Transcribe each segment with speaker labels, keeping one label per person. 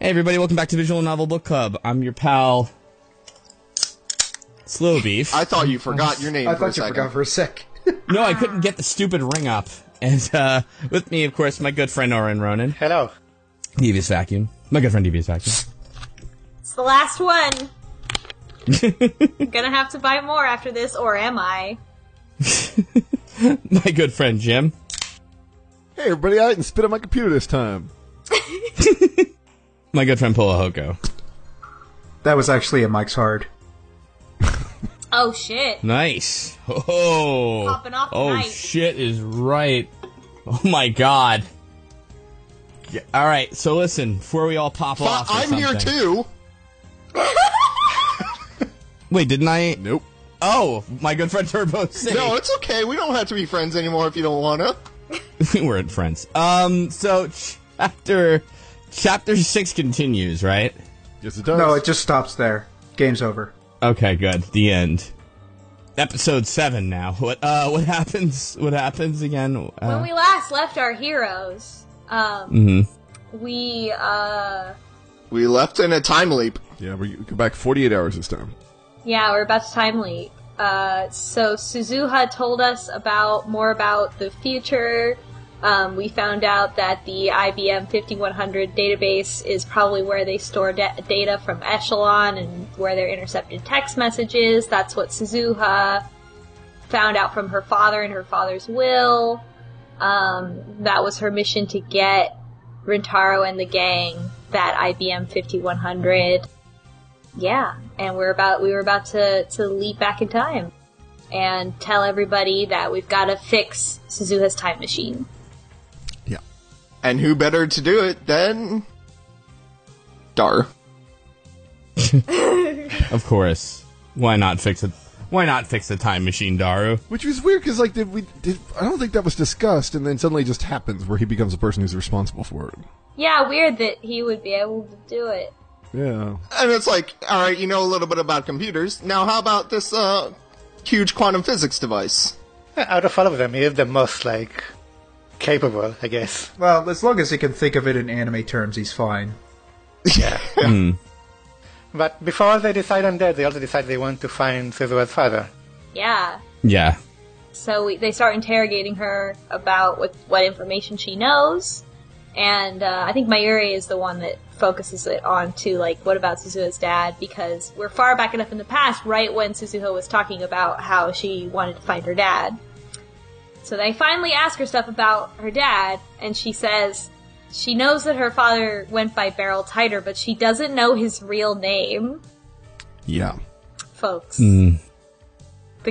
Speaker 1: Hey, everybody, welcome back to Visual Novel Book Club. I'm your pal, Slow Beef.
Speaker 2: I thought you forgot your name
Speaker 3: I
Speaker 2: for a
Speaker 3: thought you
Speaker 2: second.
Speaker 3: forgot for a sec.
Speaker 1: no, I couldn't get the stupid ring up. And uh, with me, of course, my good friend Oren Ronan,
Speaker 4: Hello.
Speaker 1: Devious Vacuum. My good friend Devious Vacuum.
Speaker 5: It's the last one. I'm gonna have to buy more after this, or am I?
Speaker 1: My good friend Jim.
Speaker 6: Hey, everybody, I didn't spit on my computer this time.
Speaker 1: My good friend Polahoko.
Speaker 3: that was actually a Mike's Hard.
Speaker 5: Oh shit.
Speaker 1: Nice. Oh.
Speaker 5: Popping off
Speaker 1: oh
Speaker 5: tonight.
Speaker 1: shit is right. Oh my god. Yeah, all right. So listen, before we all pop
Speaker 2: But
Speaker 1: off. or
Speaker 2: I'm here
Speaker 1: something-
Speaker 2: too.
Speaker 1: Wait, didn't I?
Speaker 6: Nope.
Speaker 1: Oh, my good friend Turbo City.
Speaker 2: No, it's okay. We don't have to be friends anymore if you don't want to.
Speaker 1: we weren't friends. Um. So chapter chapter six continues, right?
Speaker 6: Yes, it does.
Speaker 3: No, it just stops there. Game's over.
Speaker 1: Okay, good. The end. Episode seven now. What uh what happens what happens again?
Speaker 5: When
Speaker 1: Uh,
Speaker 5: we last left our heroes, um,
Speaker 1: mhm.
Speaker 5: we uh,
Speaker 2: We left in a time leap.
Speaker 6: yeah, we go back 48 hours this time.
Speaker 5: yeah, we're about to time leap. Uh, so Suzuha told us about more about the future. Um, we found out that the IBM 5100 database is probably where they store da- data from Echelon and where they're intercepted text messages. That's what Suzuha found out from her father and her father's will. Um, that was her mission to get Rintaro and the gang that IBM 5100. Yeah, and we're about we were about to to leap back in time and tell everybody that we've got to fix Suzuha's time machine.
Speaker 2: And who better to do it than. Dar.
Speaker 1: Of course. Why not fix it? Why not fix the time machine, Daru?
Speaker 6: Which was weird because, like, did we? Did, I don't think that was discussed, and then suddenly it just happens where he becomes the person who's responsible for it.
Speaker 5: Yeah, weird that he would be able to do it.
Speaker 6: Yeah.
Speaker 2: And it's like, alright, you know a little bit about computers. Now, how about this, uh, huge quantum physics device?
Speaker 4: Out of all of them, you're the most, like, capable, I guess.
Speaker 3: Well, as long as he can think of it in anime terms, he's fine.
Speaker 2: Yeah.
Speaker 4: But before they decide on that, they also decide they want to find Suzu's father.
Speaker 5: Yeah.
Speaker 1: Yeah.
Speaker 5: So we, they start interrogating her about what what information she knows, and uh, I think Mayuri is the one that focuses it on to like what about Suzuha's dad because we're far back enough in the past, right when Suzuha was talking about how she wanted to find her dad. So they finally ask her stuff about her dad, and she says she knows that her father went by Beryl Tighter, but she doesn't know his real name,
Speaker 6: Yeah.
Speaker 5: folks. The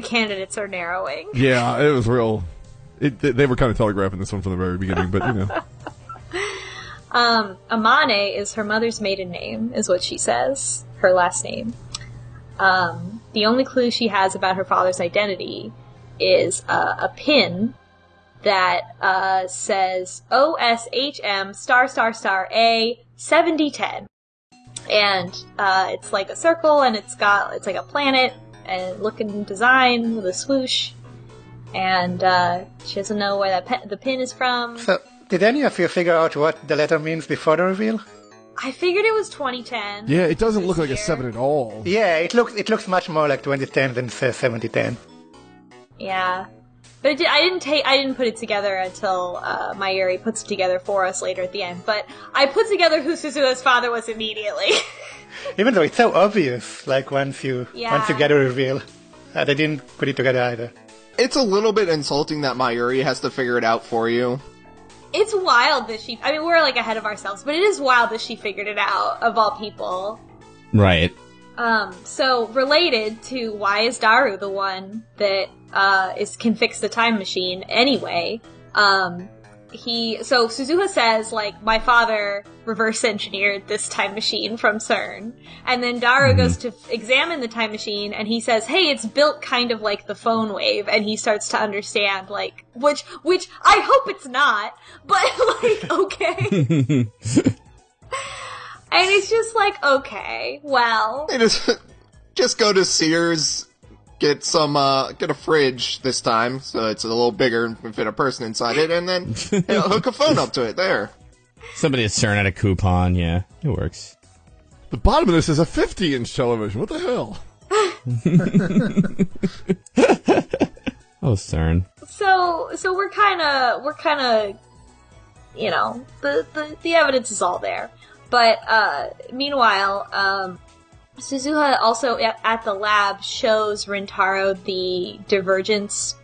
Speaker 5: candidates are narrowing.
Speaker 6: Yeah. It was real. It, they- they were kind of telegraphing this one from the very beginning, but you know,
Speaker 5: Um, Amane is her mother's maiden name, is what she says, her last name. Um, the only clue she has about her father's identity is uh, a pin that uh, says OSHM star star star A 7010. And uh, it's like a circle and it's got, it's like a planet and looking design with a swoosh. And uh, she doesn't know where that pe- the pin is from.
Speaker 4: So, did any of you figure out what the letter means before the reveal?
Speaker 5: I figured it was 2010.
Speaker 6: yeah, it doesn't look like a
Speaker 5: Here.
Speaker 6: seven at all.
Speaker 4: Yeah, it looks it looks much more like 2010 than say 7010.
Speaker 5: Yeah. But it did, I didn't take I didn't put it together until uh, Mayuri puts it together for us later at the end. But I put together who Suzuha's father was immediately.
Speaker 4: Even though it's so obvious, like once you
Speaker 5: Yeah.
Speaker 4: once you get a reveal, uh, they didn't put it together either.
Speaker 2: It's a little bit insulting that Mayuri has to figure it out for you.
Speaker 5: it's wild that she. I mean, we're like ahead of ourselves, but it is wild that she figured it out of all people.
Speaker 1: Right.
Speaker 5: Um, so related to why is Daru the one that uh, is can fix the time machine anyway? Um, he so Suzuha says like my father reverse engineered this time machine from CERN, and then Daru goes to f- examine the time machine, and he says, "Hey, it's built kind of like the phone wave," and he starts to understand like which which I hope it's not, but like okay, and it's just like okay, well.
Speaker 2: It is just go to Sears, get some uh get a fridge this time, so it's a little bigger and can fit a person inside it, and then you know, hook a phone up to it there.
Speaker 1: Somebody at CERN had a coupon. Yeah, it works.
Speaker 6: The bottom of this is a 50 inch television. What the hell?
Speaker 1: Oh, CERN.
Speaker 5: So so we're kind of we're kind of you know the, the the evidence is all there. But uh, meanwhile, um, Suzuha also at, at the lab shows Rintaro the divergence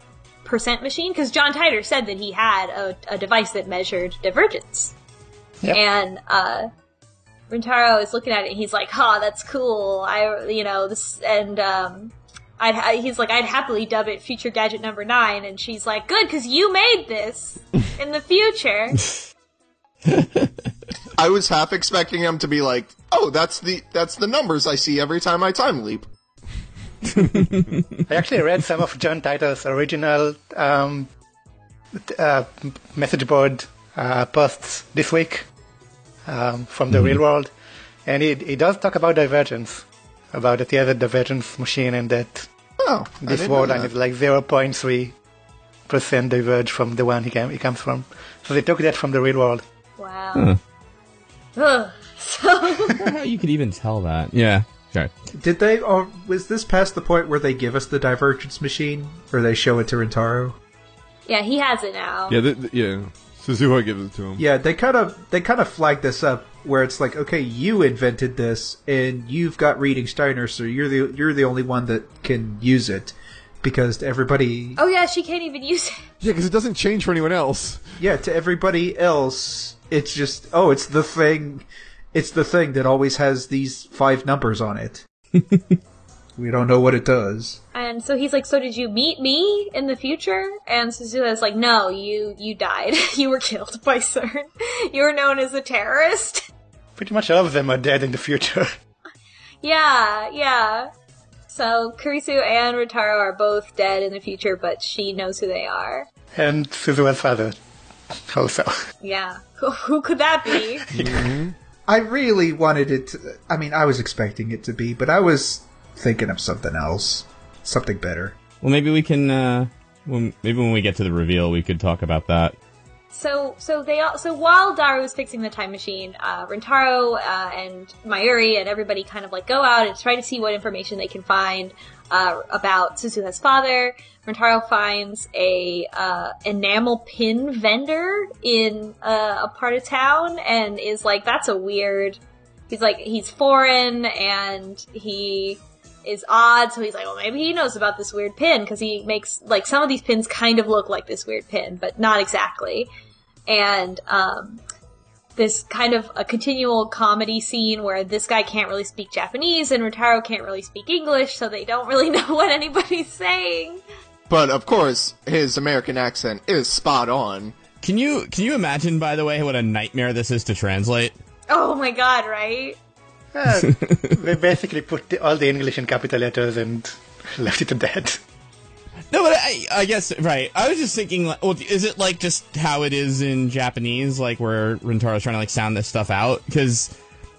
Speaker 5: percent machine because John Titor said that he had a, a device that measured divergence,
Speaker 4: Yep.
Speaker 5: and uh, Rintaro is looking at it and he's like, "Ha, that's cool." I you know this and um, I'd ha- he's like, I'd happily dub it Future Gadget Number Nine, and she's like, Good, because you made this in the future.
Speaker 2: I was half expecting him to be like, "Oh, that's the that's the numbers I see every time I time leap."
Speaker 4: I actually read some of John Titor's original um, t- uh, m- message board uh, posts this week um, from the
Speaker 2: Mm-hmm.
Speaker 4: real world, and he, he does talk about divergence, about that he has a divergence machine and that
Speaker 2: Oh, I
Speaker 4: this
Speaker 2: didn't know
Speaker 4: world line
Speaker 2: that.
Speaker 4: is like 0.3 percent diverge from the one he, came, he comes from. So they took that from the real world.
Speaker 5: wow. Ugh. So
Speaker 1: How you could even tell that? Yeah. Sorry.
Speaker 3: Did they? Or was this past the point where they give us the divergence machine, or they show it to Rintaro?
Speaker 5: yeah, he has it now.
Speaker 6: Yeah, th- th- yeah. Suzuha gives it to him.
Speaker 3: Yeah, they kind of they kind of flagged this up where it's like, okay, you invented this, and you've got reading Steiner, so you're the you're the only one that can use it, because to everybody,
Speaker 5: Oh yeah, she can't even use it.
Speaker 6: Yeah, because it doesn't change for anyone else.
Speaker 3: yeah, to everybody else, it's just oh, it's the thing, it's the thing that always has these five numbers on it. we don't know what it does.
Speaker 5: And so he's like, So did you meet me in the future? And Suzuha's like, No, you you died. you were killed by CERN. you were known as a terrorist.
Speaker 4: Pretty much all of them are dead in the future.
Speaker 5: yeah, yeah. So Kurisu and Rotaro are both dead in the future, but she knows who they are.
Speaker 4: and Suzu's father also.
Speaker 5: Yeah. Who, who could that be?
Speaker 3: I really wanted it. To, I mean, I was expecting it to be, but I was thinking of something else, something better.
Speaker 1: Well, maybe we can. Uh, when, maybe when we get to the reveal, we could talk about that.
Speaker 5: so, so they all, so while Daru is fixing the time machine, uh, Rentaro, uh, and Mayuri and everybody kind of like go out and try to see what information they can find, uh, about Suzuha's father. Rentaro finds a, uh, enamel pin vendor in, uh, a part of town and is like, that's a weird, he's like, he's foreign and he, is odd, so he's like, well, maybe he knows about this weird pin because he makes like some of these pins kind of look like this weird pin, but not exactly. And um, this kind of a continual comedy scene where this guy can't really speak Japanese and Rotaro can't really speak English, so they don't really know what anybody's saying.
Speaker 2: But of course, his American accent is spot on.
Speaker 1: Can you can you imagine? By the way, what a nightmare this is to translate.
Speaker 5: Oh my god, right?
Speaker 4: Uh, they basically put the, all the English in capital letters and left it to dead.
Speaker 1: No, but I, I guess right. I was just thinking, like, well, is it like just how it is in Japanese, like where Rintaro's trying to like sound this stuff out? Because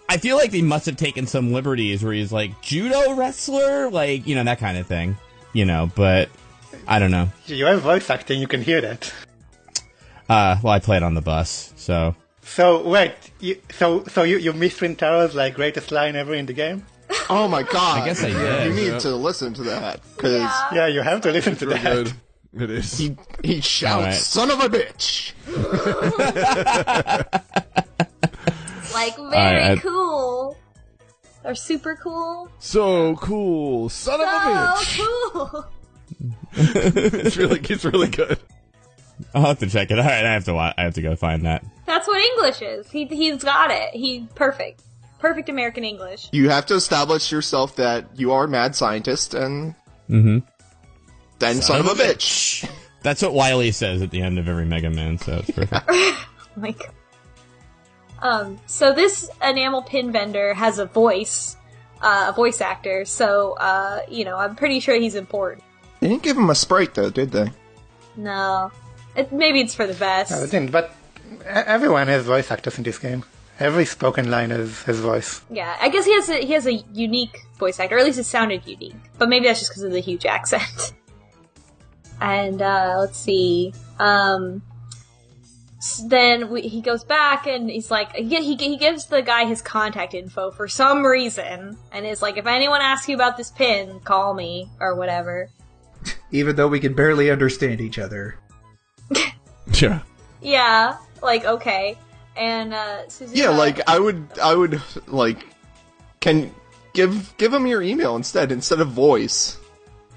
Speaker 1: I feel like they must have taken some liberties where he's like judo wrestler, like you know that kind of thing, you know. But I don't know.
Speaker 4: You have voice acting, you can hear that.
Speaker 1: Uh, well, I played on the bus, so
Speaker 4: So wait, you, so so you you missed Rintaro's like greatest line ever in the game?
Speaker 2: Oh my god!
Speaker 1: I guess I
Speaker 2: You
Speaker 1: did.
Speaker 2: need to listen to that because
Speaker 4: Yeah, you have to listen to
Speaker 6: Really
Speaker 4: that.
Speaker 6: good. It is.
Speaker 2: he he shouts,
Speaker 1: Alright.
Speaker 2: "Son of a bitch!"
Speaker 5: Like very
Speaker 1: I- I-
Speaker 5: cool. Or super cool.
Speaker 6: So cool. Son of a
Speaker 5: So
Speaker 6: bitch.
Speaker 5: cool.
Speaker 6: It's really, it's really good.
Speaker 1: I'll have to check it. All right, I have to. wa- I have to go find that.
Speaker 5: That's what English is. He he's got it. He perfect. Perfect American English.
Speaker 2: You have to establish yourself that you are a mad scientist, and
Speaker 1: Mm-hmm.
Speaker 2: then son, of, a bitch.
Speaker 1: That's what Wiley says at the end of every Mega Man. So it's perfect.
Speaker 5: Like, um, so this enamel pin vendor has a voice, uh, a voice actor. So, uh, you know, I'm pretty sure he's important.
Speaker 2: They didn't give him a sprite though, did they?
Speaker 5: No, it, maybe it's for the
Speaker 4: No, it
Speaker 5: best.
Speaker 4: didn't, but e- everyone has voice actors in this game. Every spoken line has, has voice.
Speaker 5: Yeah, I guess he has a he has a unique voice actor, or at least it sounded unique. But maybe that's just because of the huge accent. and uh, let's see. Um, S- then we, he goes back and he's like, he, he, he gives the guy his contact info for some reason, and is like, if anyone asks you about this pin, call me or whatever.
Speaker 3: even though we can barely understand each other.
Speaker 6: Yeah.
Speaker 5: Yeah, like okay. And uh, Suzuka,
Speaker 2: Yeah, like I would, I would like, can give give him your email instead instead of voice.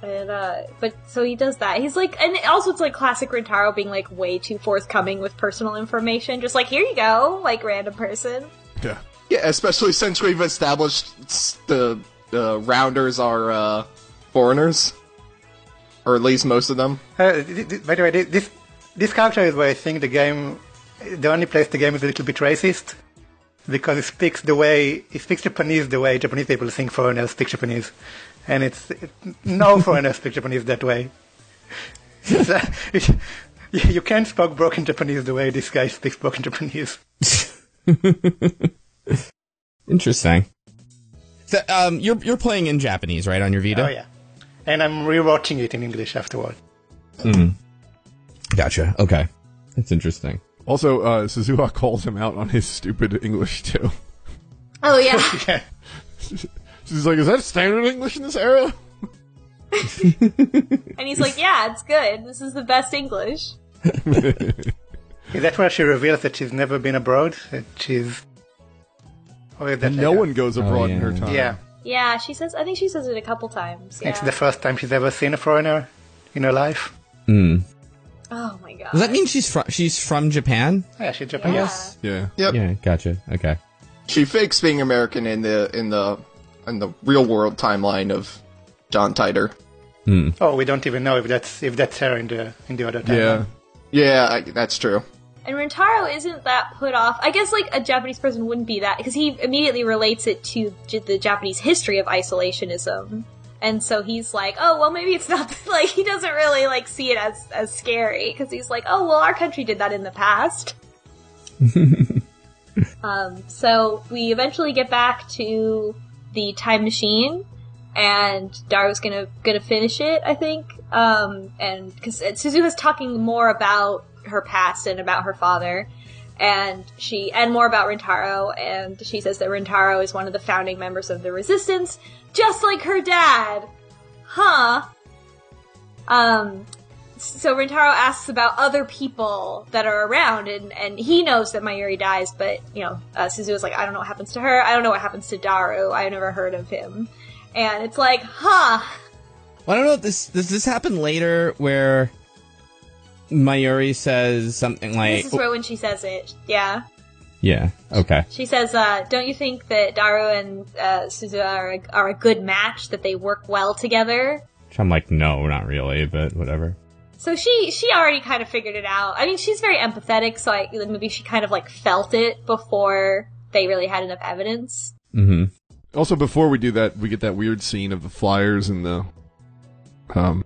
Speaker 5: And, uh, but so he does that. He's like, and also it's like classic Rentaro being like way too forthcoming with personal information. Just like, here you go, like random person.
Speaker 6: Yeah.
Speaker 2: Yeah, especially since we've established s- the uh, rounders are uh, foreigners, or at least most of them.
Speaker 4: Uh, th- th- by the way, thi- this this character is where I think the game, the only place the game is a little bit racist, because it speaks the way it speaks Japanese the way Japanese people think foreigners speak Japanese, and it's it, no foreigners speak Japanese that way. It's, uh, it, you you can't speak broken Japanese the way this guy speaks broken Japanese.
Speaker 1: Interesting. So, um, you're you're playing in Japanese, right, on your Vita?
Speaker 4: Oh yeah, and I'm rewatching it in English afterward.
Speaker 1: Gotcha. Okay, that's interesting.
Speaker 6: Also, uh, Suzuha calls him out on his stupid English too.
Speaker 5: Oh yeah,
Speaker 6: She's like, "Is that standard English in this era?"
Speaker 5: and he's like, yeah, it's good. This is the best English.
Speaker 4: Is that where she reveals that she's never been abroad? That she's or is that
Speaker 6: And no
Speaker 4: later?
Speaker 6: one goes abroad in
Speaker 1: yeah.
Speaker 6: her time.
Speaker 4: Yeah.
Speaker 5: Yeah, she says. I think she says it a couple times. Yeah.
Speaker 4: It's the first time she's ever seen a foreigner in her life.
Speaker 5: oh my god.
Speaker 1: Hmm. Does that mean she's from she's from Japan?
Speaker 4: Oh, Yeah, she's
Speaker 5: yeah.
Speaker 4: Japanese.
Speaker 6: Yeah.
Speaker 2: Yep.
Speaker 1: Yeah. Gotcha. Okay.
Speaker 2: She fakes being American in the in the in the real world timeline of John Titor.
Speaker 4: Oh, we don't even know if that's if that's her in the in the other time.
Speaker 6: Yeah.
Speaker 2: Yeah, I, that's true.
Speaker 5: And Rentaro isn't that put off. I guess like a Japanese person wouldn't be that because he immediately relates it to j- the Japanese history of isolationism. And so he's like, oh well, maybe it's not like he doesn't really like see it as as scary because he's like, oh well, our country did that in the past. um, so we eventually get back to the time machine, and Daru's gonna gonna finish it, I think. Um, and because Suzuka's talking more about her past and about her father, and she and more about Rentaro, and she says that Rentaro is one of the founding members of the Resistance, just like her dad, huh? Um. So Rentaro asks about other people that are around, and, and he knows that Mayuri dies, but you know, uh, Suzu's like, I don't know what happens to her. I don't know what happens to Daru. I never heard of him and it's like, huh,
Speaker 1: Well, I don't know. If this does this happen later where Mayuri says something like,
Speaker 5: this is where when she says it, yeah,
Speaker 1: "Yeah, okay,
Speaker 5: she says, uh, "Don't you think that Daru and uh, Suzu are a, are a good match? That they work well together?"
Speaker 1: So I'm like, no, not really, but whatever.
Speaker 5: So she she already kind of figured it out. I mean, she's very empathetic, so I, maybe she kind of like felt it before they really had enough evidence.
Speaker 1: hmm
Speaker 6: Also, before we do that, we get that weird scene of the flyers and the, um,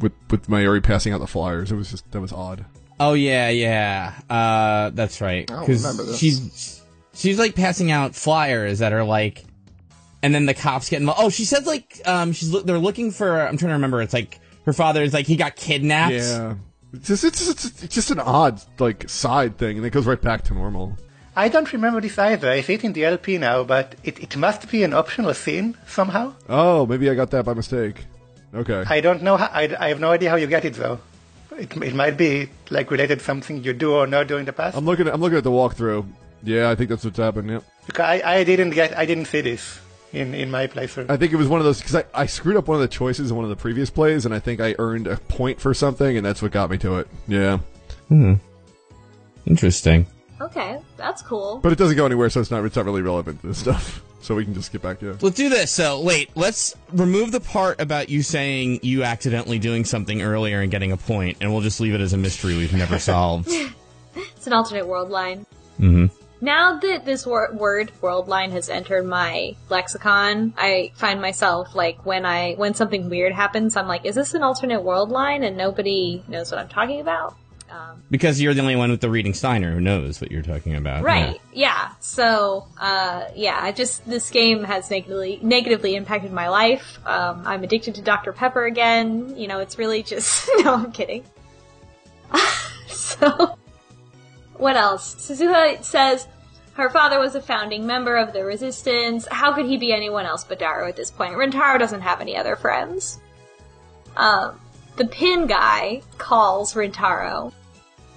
Speaker 6: with with Mayuri passing out the flyers. It was just that was odd.
Speaker 1: Oh yeah, yeah. Uh, that's right.
Speaker 2: I don't
Speaker 1: 'Cause
Speaker 2: remember this.
Speaker 1: She's she's like passing out flyers that are like, and then the cops get involved. Oh, she says like, um, she's loo- they're looking for. I'm trying to remember. It's like her father is like he got kidnapped.
Speaker 6: Yeah. It's just, it's, just, it's just an odd like side thing, and it goes right back to normal.
Speaker 4: I don't remember this either. I see it in the LP now, but it, it must be an optional scene somehow.
Speaker 6: Oh, maybe I got that by mistake. Okay.
Speaker 4: I don't know. How, I, I have no idea how you get it though. It, it might be like related to something you do or not do in the past.
Speaker 6: I'm looking. At, I'm looking at the walkthrough. Yeah, I think that's what's happened. Yep.
Speaker 4: because I, I didn't get I didn't see this in, in my playthrough.
Speaker 6: I think it was one of those because I, I screwed up one of the choices in one of the previous plays, and I think I earned a point for something, and that's what got me to it. Yeah,
Speaker 1: Interesting.
Speaker 5: Okay, that's cool.
Speaker 6: but it doesn't go anywhere, so it's not it's not really relevant to this stuff. So we can just get back to it.
Speaker 1: Let's do this. So wait, let's remove the part about you saying you accidentally doing something earlier and getting a point, and we'll just leave it as a mystery we've never solved.
Speaker 5: It's an alternate world line.
Speaker 1: hmm
Speaker 5: Now that this wor- word world line has entered my lexicon, I find myself like when I when something weird happens, I'm like, is this an alternate world line? And nobody knows what I'm talking about.
Speaker 1: Because you're the only one with the reading Steiner who knows what you're talking about.
Speaker 5: Right. Yeah. So, uh, yeah, I just, this game has negatively, negatively impacted my life. Um, I'm addicted to Dr. Pepper again. You know, it's really just, no, I'm kidding. so, What else? Suzuha says her father was a founding member of the resistance. How could he be anyone else but Daru at this point? Rentaro doesn't have any other friends. Um, the pin guy calls Rentaro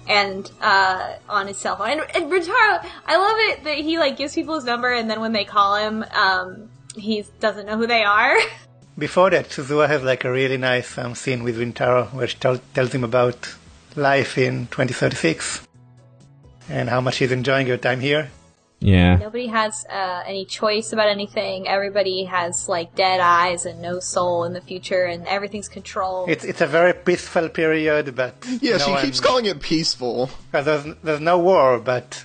Speaker 5: and uh, on his cell phone. And, and Rentaro, I love it that he like gives people his number, and then when they call him, um, he doesn't know who they are.
Speaker 4: Before that, Suzua has like a really nice um, scene with Rintaro where she tell, tells him about life in 2036 and how much he's enjoying your time here.
Speaker 1: Yeah.
Speaker 5: Nobody has uh, any choice about anything. Everybody has like dead eyes and no soul in the future, and everything's controlled.
Speaker 4: It's it's a very peaceful period, but
Speaker 2: Yeah,
Speaker 4: no
Speaker 2: she
Speaker 4: one-
Speaker 2: keeps calling it peaceful.
Speaker 4: uh, There's there's no war, but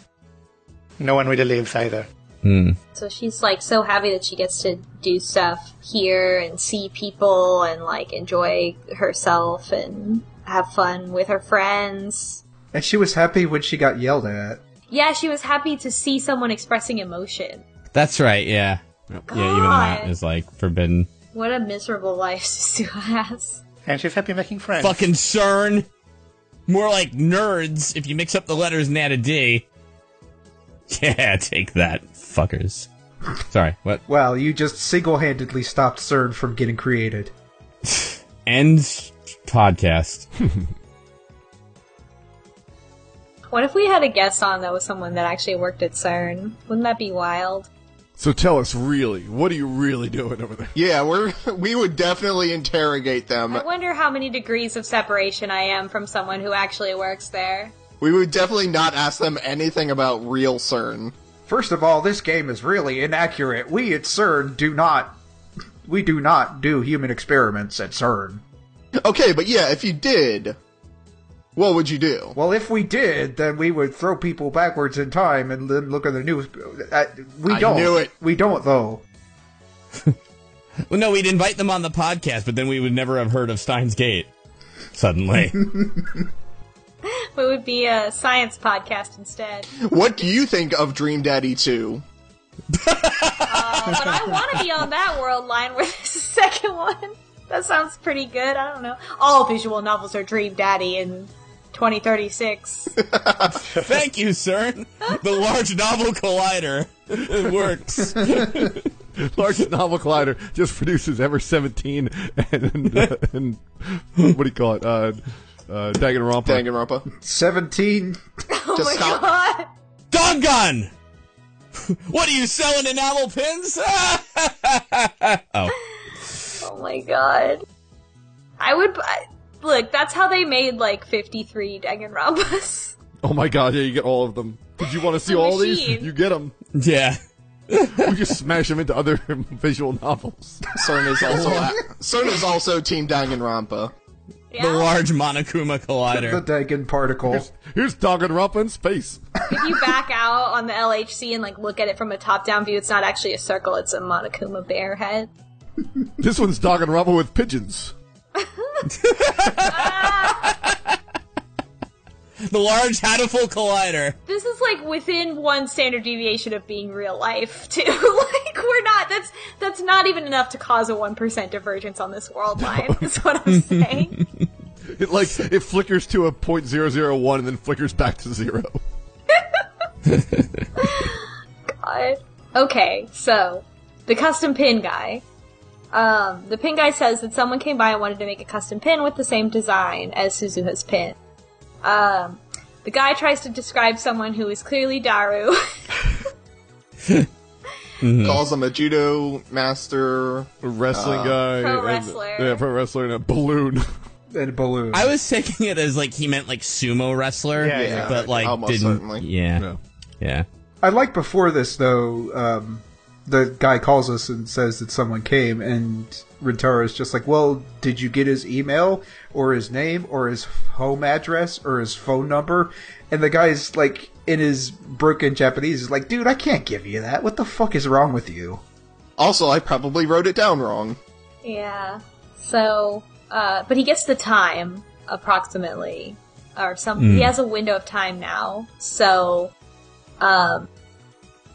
Speaker 4: no one really lives either.
Speaker 1: Hmm.
Speaker 5: So she's like so happy that she gets to do stuff here and see people and like enjoy herself and have fun with her friends.
Speaker 3: And she was happy when she got yelled at.
Speaker 5: Yeah, she was happy to see someone expressing emotion.
Speaker 1: That's right, yeah. Yeah, even that
Speaker 5: God.
Speaker 1: is like forbidden.
Speaker 5: What a miserable life Susu has.
Speaker 4: And she's happy making friends.
Speaker 1: Fucking CERN. More like nerds if you mix up the letters and add a D. Yeah, take that, fuckers. Sorry, what?
Speaker 3: Well, you just single handedly stopped CERN from getting created.
Speaker 1: End podcast.
Speaker 5: What if we had a guest on that was someone that actually worked at CERN? Wouldn't that be wild?
Speaker 6: So tell us, really, what are you really doing over there?
Speaker 2: Yeah, we're we would definitely interrogate them.
Speaker 5: I wonder how many degrees of separation I am from someone who actually works there.
Speaker 2: We would definitely not ask them anything about real CERN.
Speaker 3: First of all, this game is really inaccurate. We at CERN do not. We do not do human experiments at CERN.
Speaker 2: Okay, but yeah, if you did, what would you do?
Speaker 3: Well, if we did, then we would throw people backwards in time and then look at the news. Uh, we
Speaker 2: I
Speaker 3: don't.
Speaker 2: knew it.
Speaker 3: We don't, though.
Speaker 1: Well, no, we'd invite them on the podcast, but then we would never have heard of Steins Gate. Suddenly.
Speaker 5: It would be a science podcast instead.
Speaker 2: What do you think of Dream Daddy 2?
Speaker 5: but Oh, I want to be on that world line where there's a second one. That sounds pretty good. I don't know. All visual novels are Dream Daddy in 2036.
Speaker 1: Thank you, CERN. The large novel collider. It works.
Speaker 6: Largest novel collider just produces ever seventeen and, uh, and what do you call it? Uh, uh, Danganronpa.
Speaker 2: Danganronpa.
Speaker 3: 17.
Speaker 2: Just stop.
Speaker 5: Oh God.
Speaker 1: Dog gun! What are you selling enamel pins? oh.
Speaker 5: Oh my god. I would. I, look, that's how they made like 53 Danganronpas.
Speaker 6: Oh my god! Yeah, you get all of them. Did you want to see all these?
Speaker 5: machine.
Speaker 6: You get them.
Speaker 1: Yeah.
Speaker 6: We just smash them into other visual novels.
Speaker 2: CERN is also CERN is also Team Danganronpa.
Speaker 5: Yeah?
Speaker 1: The large Monokuma
Speaker 3: The
Speaker 1: collider.
Speaker 3: Dagon particle.
Speaker 6: Here's Danganronpa in space.
Speaker 5: if you back out on the LHC and like look at it from a top-down view, it's not actually a circle. It's a Monokuma bear head.
Speaker 6: This one's Danganronpa with pigeons.
Speaker 5: Ah!
Speaker 1: The large Hadiful collider.
Speaker 5: this is like within one standard deviation of being real life too like we're not that's that's not even enough to cause a 1% divergence on this world line is what i'm saying
Speaker 6: It like it flickers to a point zero zero one and then flickers back to zero.
Speaker 5: God. okay so the custom pin guy um, the pin guy says that someone came by and wanted to make a custom pin with the same design as suzuha's pin um, the guy tries to describe someone who is clearly daru
Speaker 2: Calls him a judo master.
Speaker 6: A wrestling guy,
Speaker 5: Pro
Speaker 6: and-
Speaker 5: wrestler.
Speaker 6: yeah, pro wrestler, and a balloon.
Speaker 3: And balloon.
Speaker 1: I was taking it as like he meant like sumo wrestler.
Speaker 4: Yeah, yeah.
Speaker 1: But like
Speaker 2: Almost
Speaker 1: didn't.
Speaker 2: certainly.
Speaker 1: Yeah.
Speaker 6: Yeah.
Speaker 1: Yeah.
Speaker 3: I like before this though. Um, the guy calls us and says that someone came, and Rentaro's just like, "Well, did you get his email or his name or his home address or his phone number?" And the guy's like, in his broken Japanese, is like, "Dude, I can't give you that. What the fuck is wrong with you?"
Speaker 2: Also, I probably wrote it down wrong.
Speaker 5: Yeah. So, uh, but he gets the time approximately, or some. He has a window of time now, so um,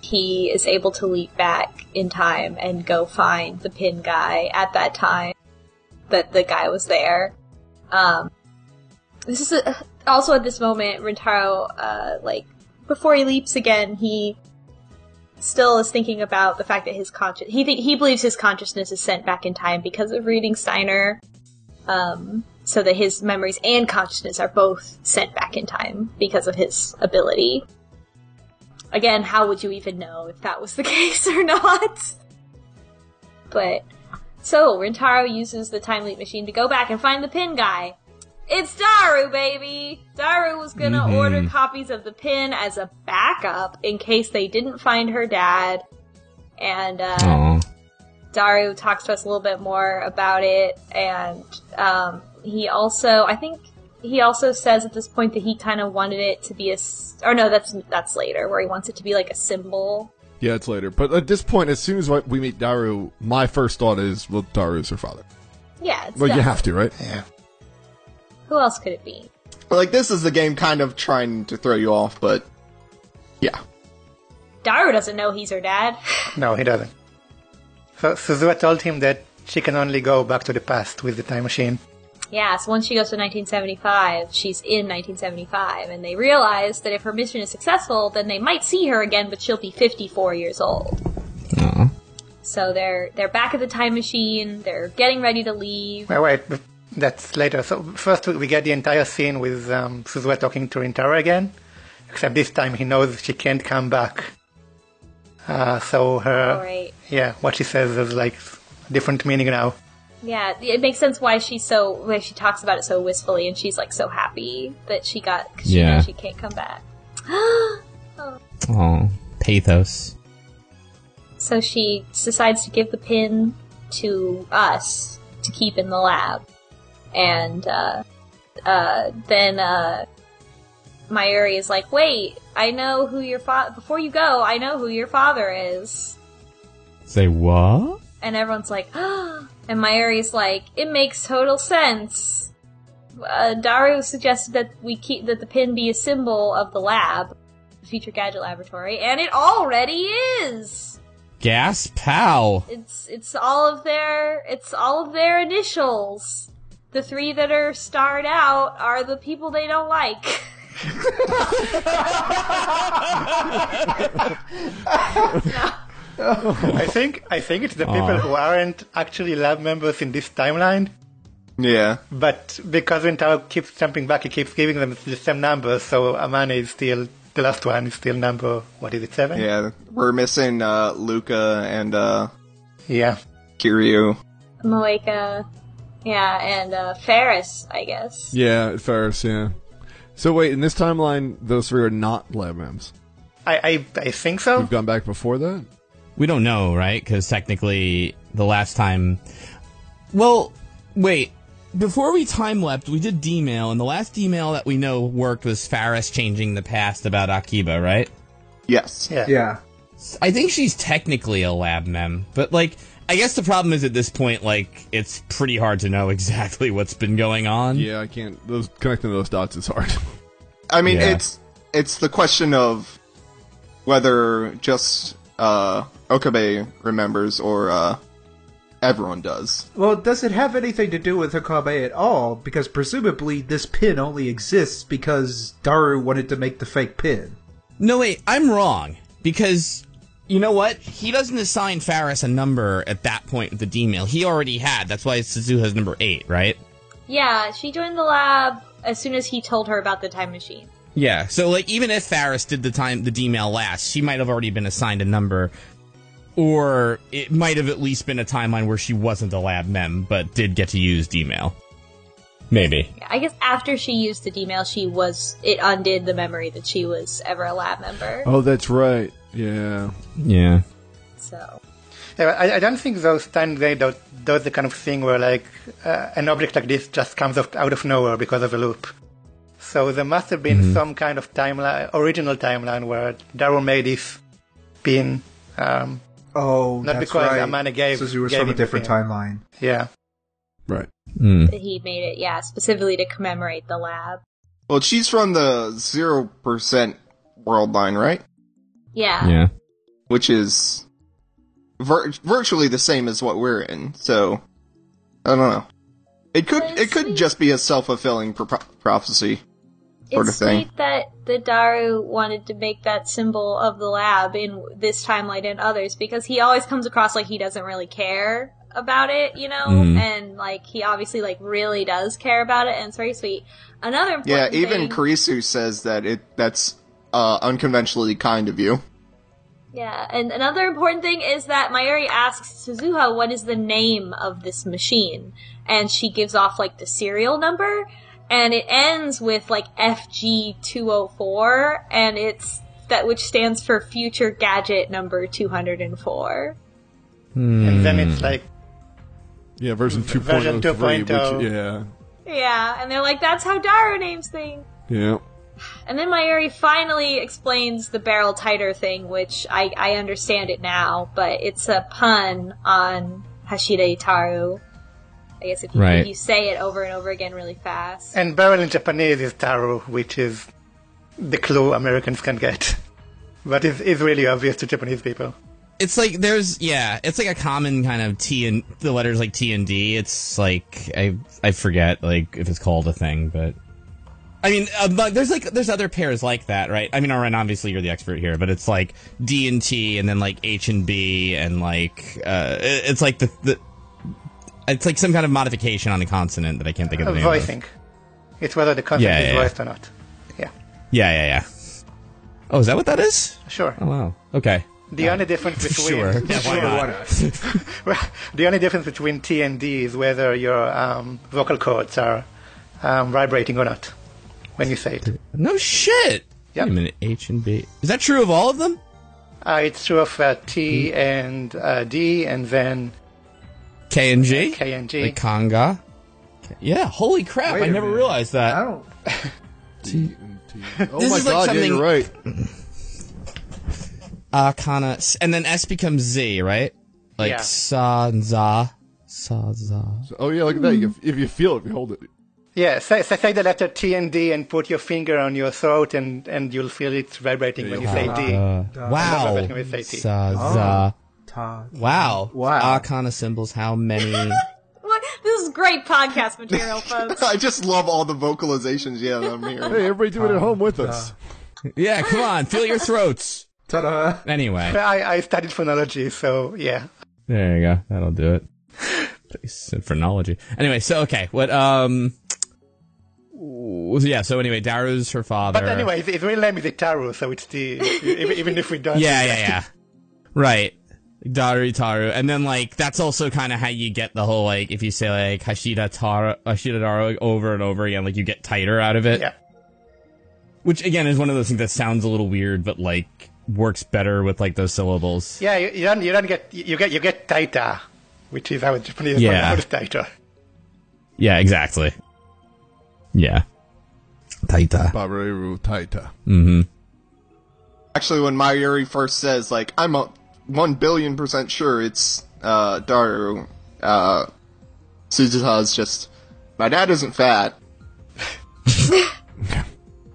Speaker 5: he is able to leap back in time and go find the pin guy at that time that the guy was there. Um, this is a, also at this moment, Rentaro uh, like before he leaps again, he still is thinking about the fact that his conscious he th- he believes his consciousness is sent back in time because of reading Steiner, um, so that his memories and consciousness are both sent back in time because of his ability. Again, how would you even know if that was the case or not? But so Rintaro uses the time leap machine to go back and find the pin guy. It's Daru, baby! Daru was gonna
Speaker 1: Mhm.
Speaker 5: order copies of the pin as a backup in case they didn't find her dad. And uh,
Speaker 1: Aw.
Speaker 5: Daru talks to us a little bit more about it, and um, he also, I think, he also says at this point that he kind of wanted it to be a, s- or no, that's that's later where he wants it to be like a symbol.
Speaker 6: Yeah, it's later. But at this point, as soon as we meet Daru, my first thought is, well, Daru's her father.
Speaker 5: Yeah, it's
Speaker 6: Well, you
Speaker 5: that.
Speaker 6: have to, right?
Speaker 4: Yeah.
Speaker 5: Who else could it be?
Speaker 2: Like this is the game kind of trying to throw you off, but yeah.
Speaker 5: Daru doesn't know he's her dad.
Speaker 4: No, he doesn't. So Suzua told him that she can only go back to the past with the time machine.
Speaker 5: yeah, so once she goes to 1975, she's in 1975, and they realize that if her mission is successful, then they might see her again, but she'll be 54 years old.
Speaker 1: Aw.
Speaker 5: So they're they're back at the time machine. They're getting ready to leave.
Speaker 4: Well, wait, but that's later. So first we we get the entire scene with um, Suzua talking to Rintaro again, except this time he knows she can't come back. Uh, so her,
Speaker 5: All right.
Speaker 4: yeah, what she says is like different meaning now.
Speaker 5: Yeah, it makes sense why she's so why she talks about it so wistfully, and she's like so happy that she got. 'cause she
Speaker 1: Yeah.
Speaker 5: knows she can't come back.
Speaker 1: Aw. Oh, Pathos.
Speaker 5: So she decides to give the pin to us to keep in the lab. And uh, uh, then uh, Mayuri is like, wait, I know who your father... Before you go, I know who your father is.
Speaker 1: Say what?
Speaker 5: And everyone's like, "Ah!" and Mayuri's like, it makes total sense. Uh, Daru suggested that we keep that the pin be a symbol of the lab, the Future Gadget Laboratory, and it already is
Speaker 1: Gas pow.
Speaker 5: it's it's all of their it's all of their initials. The three that are starred out are the people they don't like.
Speaker 4: I think I think it's the people who aren't actually lab members in this timeline,
Speaker 2: Yeah.
Speaker 4: but because Rintaro keeps jumping back, he keeps giving them the same number. So Amane is still the last one is still number what is it seven?
Speaker 2: Yeah. We're missing uh Luca and uh
Speaker 4: Yeah.
Speaker 2: Kiryu.
Speaker 5: Malika, yeah, and uh, Ferris, I guess.
Speaker 6: Yeah, Ferris, yeah. So wait, in this timeline, those three are not lab mems.
Speaker 4: I, I I think so.
Speaker 6: We've gone back before that?
Speaker 1: We don't know, right? Because technically, the last time. Well, wait. Before we time leapt, we did D-mail, and the last D-mail that we know worked was Faris changing the past about Akiba, right?
Speaker 2: Yes.
Speaker 4: Yeah.
Speaker 3: Yeah.
Speaker 1: I think she's technically a lab mem, but like, I guess the problem is at this point, like, it's pretty hard to know exactly what's been going on.
Speaker 6: Yeah, I can't. Those Connecting those dots is hard.
Speaker 2: I mean,
Speaker 1: Yeah.
Speaker 2: it's it's the question of whether just uh, Okabe remembers or uh, everyone does.
Speaker 3: Well, does it have anything to do with Okabe at all? Because presumably this pin only exists because Daru wanted to make the fake pin.
Speaker 1: No, wait, I'm wrong because you know what? He doesn't assign Faris a number at that point with the D mail. He already had. That's why Suzuha's number eight, right?
Speaker 5: Yeah, she joined the lab as soon as he told her about the time machine.
Speaker 1: Yeah. So like, even if Faris did the time the D mail last, she might have already been assigned a number, or it might have at least been a timeline where she wasn't a lab mem but did get to use D mail. Maybe.
Speaker 5: Yeah, I guess after she used the D-mail, she was it undid the memory that she was ever a lab member.
Speaker 6: oh, that's right. Yeah.
Speaker 1: Yeah.
Speaker 5: So
Speaker 4: Yeah, I, I don't think those times they do, does the kind of thing where like uh, an object like this just comes out out of nowhere because of a loop. So there must have been
Speaker 1: Mm-hmm.
Speaker 4: some kind of timeline, original timeline where Daryl made this pin. Um,
Speaker 3: Oh,
Speaker 4: Not
Speaker 3: that's
Speaker 4: because
Speaker 3: right.
Speaker 4: Amana gave-
Speaker 3: Since you were
Speaker 4: gave
Speaker 3: from a
Speaker 4: him the
Speaker 3: different
Speaker 4: pin.
Speaker 3: timeline.
Speaker 4: yeah,
Speaker 6: Right.
Speaker 1: Mm.
Speaker 5: that he made it, yeah, specifically to commemorate the lab.
Speaker 2: Well, she's from the zero percent world line, right?
Speaker 5: Yeah.
Speaker 1: Yeah.
Speaker 2: Which is vir- virtually the same as what we're in. So I don't know. It could it could just be a self fulfilling pro- prophecy. sort
Speaker 5: it's
Speaker 2: of thing.
Speaker 5: sweet that the Daru wanted to make that symbol of the lab in this timeline and others because he always comes across like he doesn't really care about it, you know,
Speaker 2: Mm-hmm.
Speaker 1: Mm.
Speaker 5: and like he obviously like really does care about it, and it's very sweet. Another important
Speaker 2: Yeah, even
Speaker 5: thing-
Speaker 2: Karisu says that it that's uh, unconventionally kind of you.
Speaker 5: Yeah, and another important thing is that Mayuri asks Suzuha what is the name of this machine, and she gives off like the serial number, and it ends with like FG two oh four, and it's that which stands for Future Gadget Number two hundred and four.
Speaker 4: And then
Speaker 1: Mm.
Speaker 4: it's like,
Speaker 6: Yeah, version oh. 2.03.
Speaker 4: Version 2.0.
Speaker 6: Which, yeah.
Speaker 5: Yeah, and they're like, that's how Daru names things.
Speaker 6: Yeah.
Speaker 5: And then Mayuri finally explains the barrel tighter thing, which I, I understand it now, but it's a pun on Hashira Itaru. I guess if you,
Speaker 1: Right.
Speaker 5: if you say it over and over again really fast.
Speaker 4: and barrel in Japanese is taro, which is the clue Americans can get. But it's, it's really obvious to Japanese people.
Speaker 1: It's like there's yeah, it's like a common kind of T and the letters like T and D. It's like I I forget like if it's called a thing, but I mean among- there's like there's other pairs like that, right? I mean, Oren, obviously you're the expert here, but it's like D and T, and then like H and B, and like uh, it- it's like the, the it's like some kind of modification on a consonant that I can't think of the name of.
Speaker 4: Uh, voicing. It's whether the concept
Speaker 1: Yeah,
Speaker 4: is
Speaker 1: yeah, yeah.
Speaker 4: voiced or not. Yeah,
Speaker 1: Yeah, yeah, yeah. Oh, is that what that is?
Speaker 4: sure.
Speaker 1: Oh wow. Okay.
Speaker 4: The only difference between
Speaker 1: Oh. Sure. Yeah, why not?
Speaker 3: Sure, why not?
Speaker 4: Well, the only difference between T and D is whether your um, vocal cords are um, vibrating or not when you say it.
Speaker 1: No shit.
Speaker 4: Yep.
Speaker 1: Wait a minute. H and B. Is that true of all of them?
Speaker 4: Uh, it's true of uh, T
Speaker 1: Mm-hmm.
Speaker 4: and uh, D, and then
Speaker 1: K and G.
Speaker 4: K and G.
Speaker 1: Like conga. Yeah. Holy crap!
Speaker 3: Wait
Speaker 1: I
Speaker 3: a
Speaker 1: never
Speaker 3: minute.
Speaker 1: realized that.
Speaker 3: I don't.
Speaker 6: Oh
Speaker 1: This
Speaker 6: my
Speaker 1: is like
Speaker 6: god, yeah,
Speaker 1: something-
Speaker 6: you're right.
Speaker 1: Akana, s- and then S becomes Z, right? Like
Speaker 4: Yeah.
Speaker 1: sa and za, sa za.
Speaker 6: So- oh yeah, look at that. You, if you feel it, you hold it.
Speaker 4: yeah, say, say, say the letter T and D and put your finger on your throat, and, and you'll feel it vibrating when you say D.
Speaker 1: Uh, wow.
Speaker 4: Remember when we say T. Oh.
Speaker 1: Sa za.
Speaker 3: Ta-
Speaker 1: Wow.
Speaker 3: Wow.
Speaker 1: Akana symbols. How many?
Speaker 5: What? This is great podcast material, folks.
Speaker 2: I just love all the vocalizations. Yeah, that I'm hearing.
Speaker 6: Hey, everybody, do it at home with us.
Speaker 1: yeah. Come on. Feel your throats.
Speaker 3: Ta-da!
Speaker 1: Anyway.
Speaker 4: But I, I studied phonology, so yeah.
Speaker 1: There you go. That'll do it. He said Phrenology. Anyway, so okay, what um w- yeah, so anyway, Daru's her father.
Speaker 4: But anyway, his, his real name is Itaru, so it's D, even, even if we don't.
Speaker 1: Yeah, yeah, yeah. right. Daru Taru. And then like that's also kinda how you get the whole like if you say like Hashida Taru Hashida Daru over and over again, like you get tighter out of it.
Speaker 4: Yeah.
Speaker 1: Which again is one of those things that sounds a little weird, but like works better with like those syllables.
Speaker 4: Yeah, you, you don't you don't get you get you get taita, which is how Japanese
Speaker 1: Yeah.
Speaker 4: pronounce taita.
Speaker 1: Yeah, exactly. Yeah. Taita.
Speaker 6: Bareru Taita.
Speaker 1: Mm-hmm.
Speaker 2: Actually, when Mayuri first says like I'm a one billion percent sure it's uh, Daru, uh, Suzuha's just my dad isn't fat.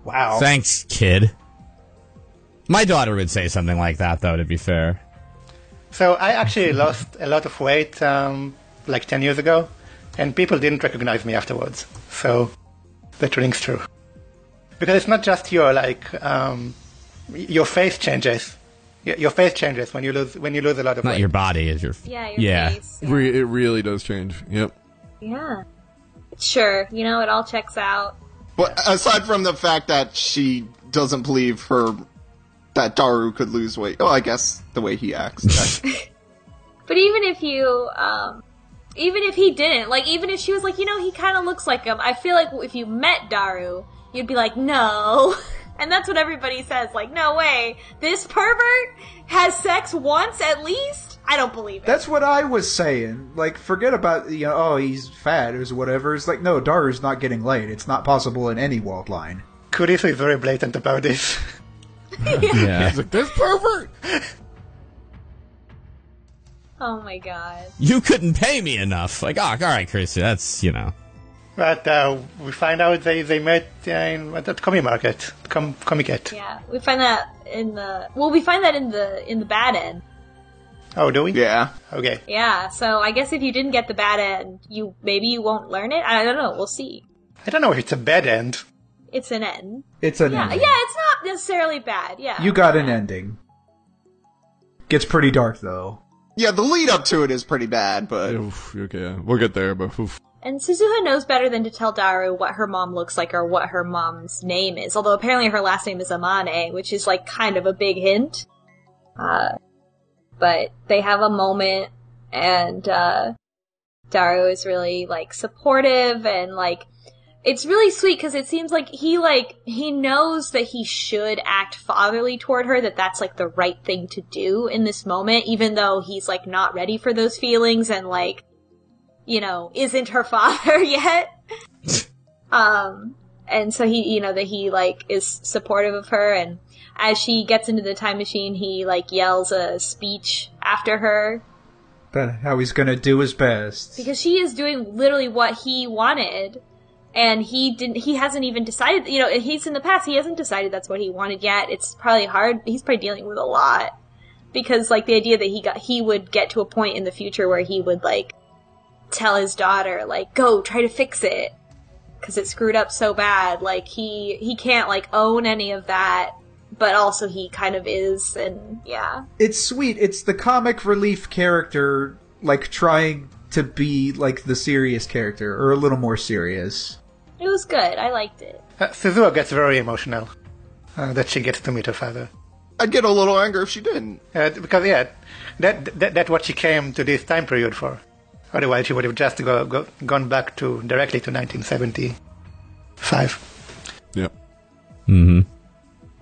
Speaker 4: Wow.
Speaker 1: Thanks, kid. My daughter would say something like that, though, to be fair.
Speaker 4: So I actually lost a lot of weight um, like ten years ago, and people didn't recognize me afterwards. So that rings true. Because it's not just your like um, y- your face changes. Y- Your face changes when you lose when you lose a lot of
Speaker 1: Not
Speaker 4: weight.
Speaker 1: your body, is your.
Speaker 5: yeah, your face. Yeah.
Speaker 6: Re- it really does change. Yep.
Speaker 5: yeah. Sure, you know, it all checks out.
Speaker 2: But aside from the fact that she doesn't believe her that Daru could lose weight. Oh, I guess the way he acts.
Speaker 5: But even if you, um, even if he didn't, like, even if she was like, you know, he kind of looks like him, I feel like if you met Daru, you'd be like, no. And that's what everybody says, like, no way. This pervert has sex once at least? I don't believe it.
Speaker 3: That's what I was saying. Like, forget about you know, oh, he's fat or whatever. It's like, no, Daru's not getting laid. It's not possible in any walled line.
Speaker 4: Kurisu is very blatant about this.
Speaker 1: Yeah.
Speaker 6: It's like this pervert.
Speaker 5: oh my god.
Speaker 1: you couldn't pay me enough. Like, oh, all right, Chris, that's, you know.
Speaker 4: But uh, we find out they, they met uh, in, at that comic market, com- comiket.
Speaker 5: Yeah, we find that in the, well, we find that in the, in the bad end.
Speaker 4: Oh, do we?
Speaker 2: yeah.
Speaker 4: Okay.
Speaker 5: Yeah, so I guess if you didn't get the bad end, you, maybe you won't learn it? I don't know, we'll see.
Speaker 4: I don't know if it's a bad end.
Speaker 5: It's an N.
Speaker 3: It's an
Speaker 5: Yeah, yeah,
Speaker 3: ending.
Speaker 5: it's not necessarily bad. Yeah.
Speaker 3: You got an ending. Gets pretty dark though.
Speaker 2: Yeah, the lead up to it is pretty bad, but
Speaker 6: Oof, okay, we'll get there, but oof.
Speaker 5: And Suzuha knows better than to tell Daru what her mom looks like or what her mom's name is, although apparently her last name is Amane, which is like kind of a big hint. Uh, but they have a moment, and uh, Daru is really like supportive and like it's really sweet because it seems like he like he knows that he should act fatherly toward her that that's like the right thing to do in this moment even though he's like not ready for those feelings and like you know, isn't her father yet. um, and so he, you know, that he like is supportive of her. And as she gets into the time machine, he like yells a speech after her
Speaker 3: But how he's gonna do his best.
Speaker 5: because she is doing literally what he wanted. And he didn't, he hasn't even decided, you know, he's in the past, he hasn't decided that's what he wanted yet. It's probably hard. He's probably dealing with a lot because like the idea that he got, he would get to a point in the future where he would like tell his daughter like go try to fix it because it screwed up so bad like he he can't like own any of that but also he kind of is and yeah
Speaker 3: it's sweet. It's the comic relief character, like trying to be like the serious character or a little more serious.
Speaker 5: it was good i liked it
Speaker 4: Uh, Suzuo gets very emotional uh, that she gets to meet her father.
Speaker 2: I'd get a little angry if she didn't.
Speaker 4: Uh, because, yeah, that, that that's what she came to this time period for. Otherwise, she would have just go, go, gone back to directly to 1975.
Speaker 6: Yep.
Speaker 1: Mm-hmm.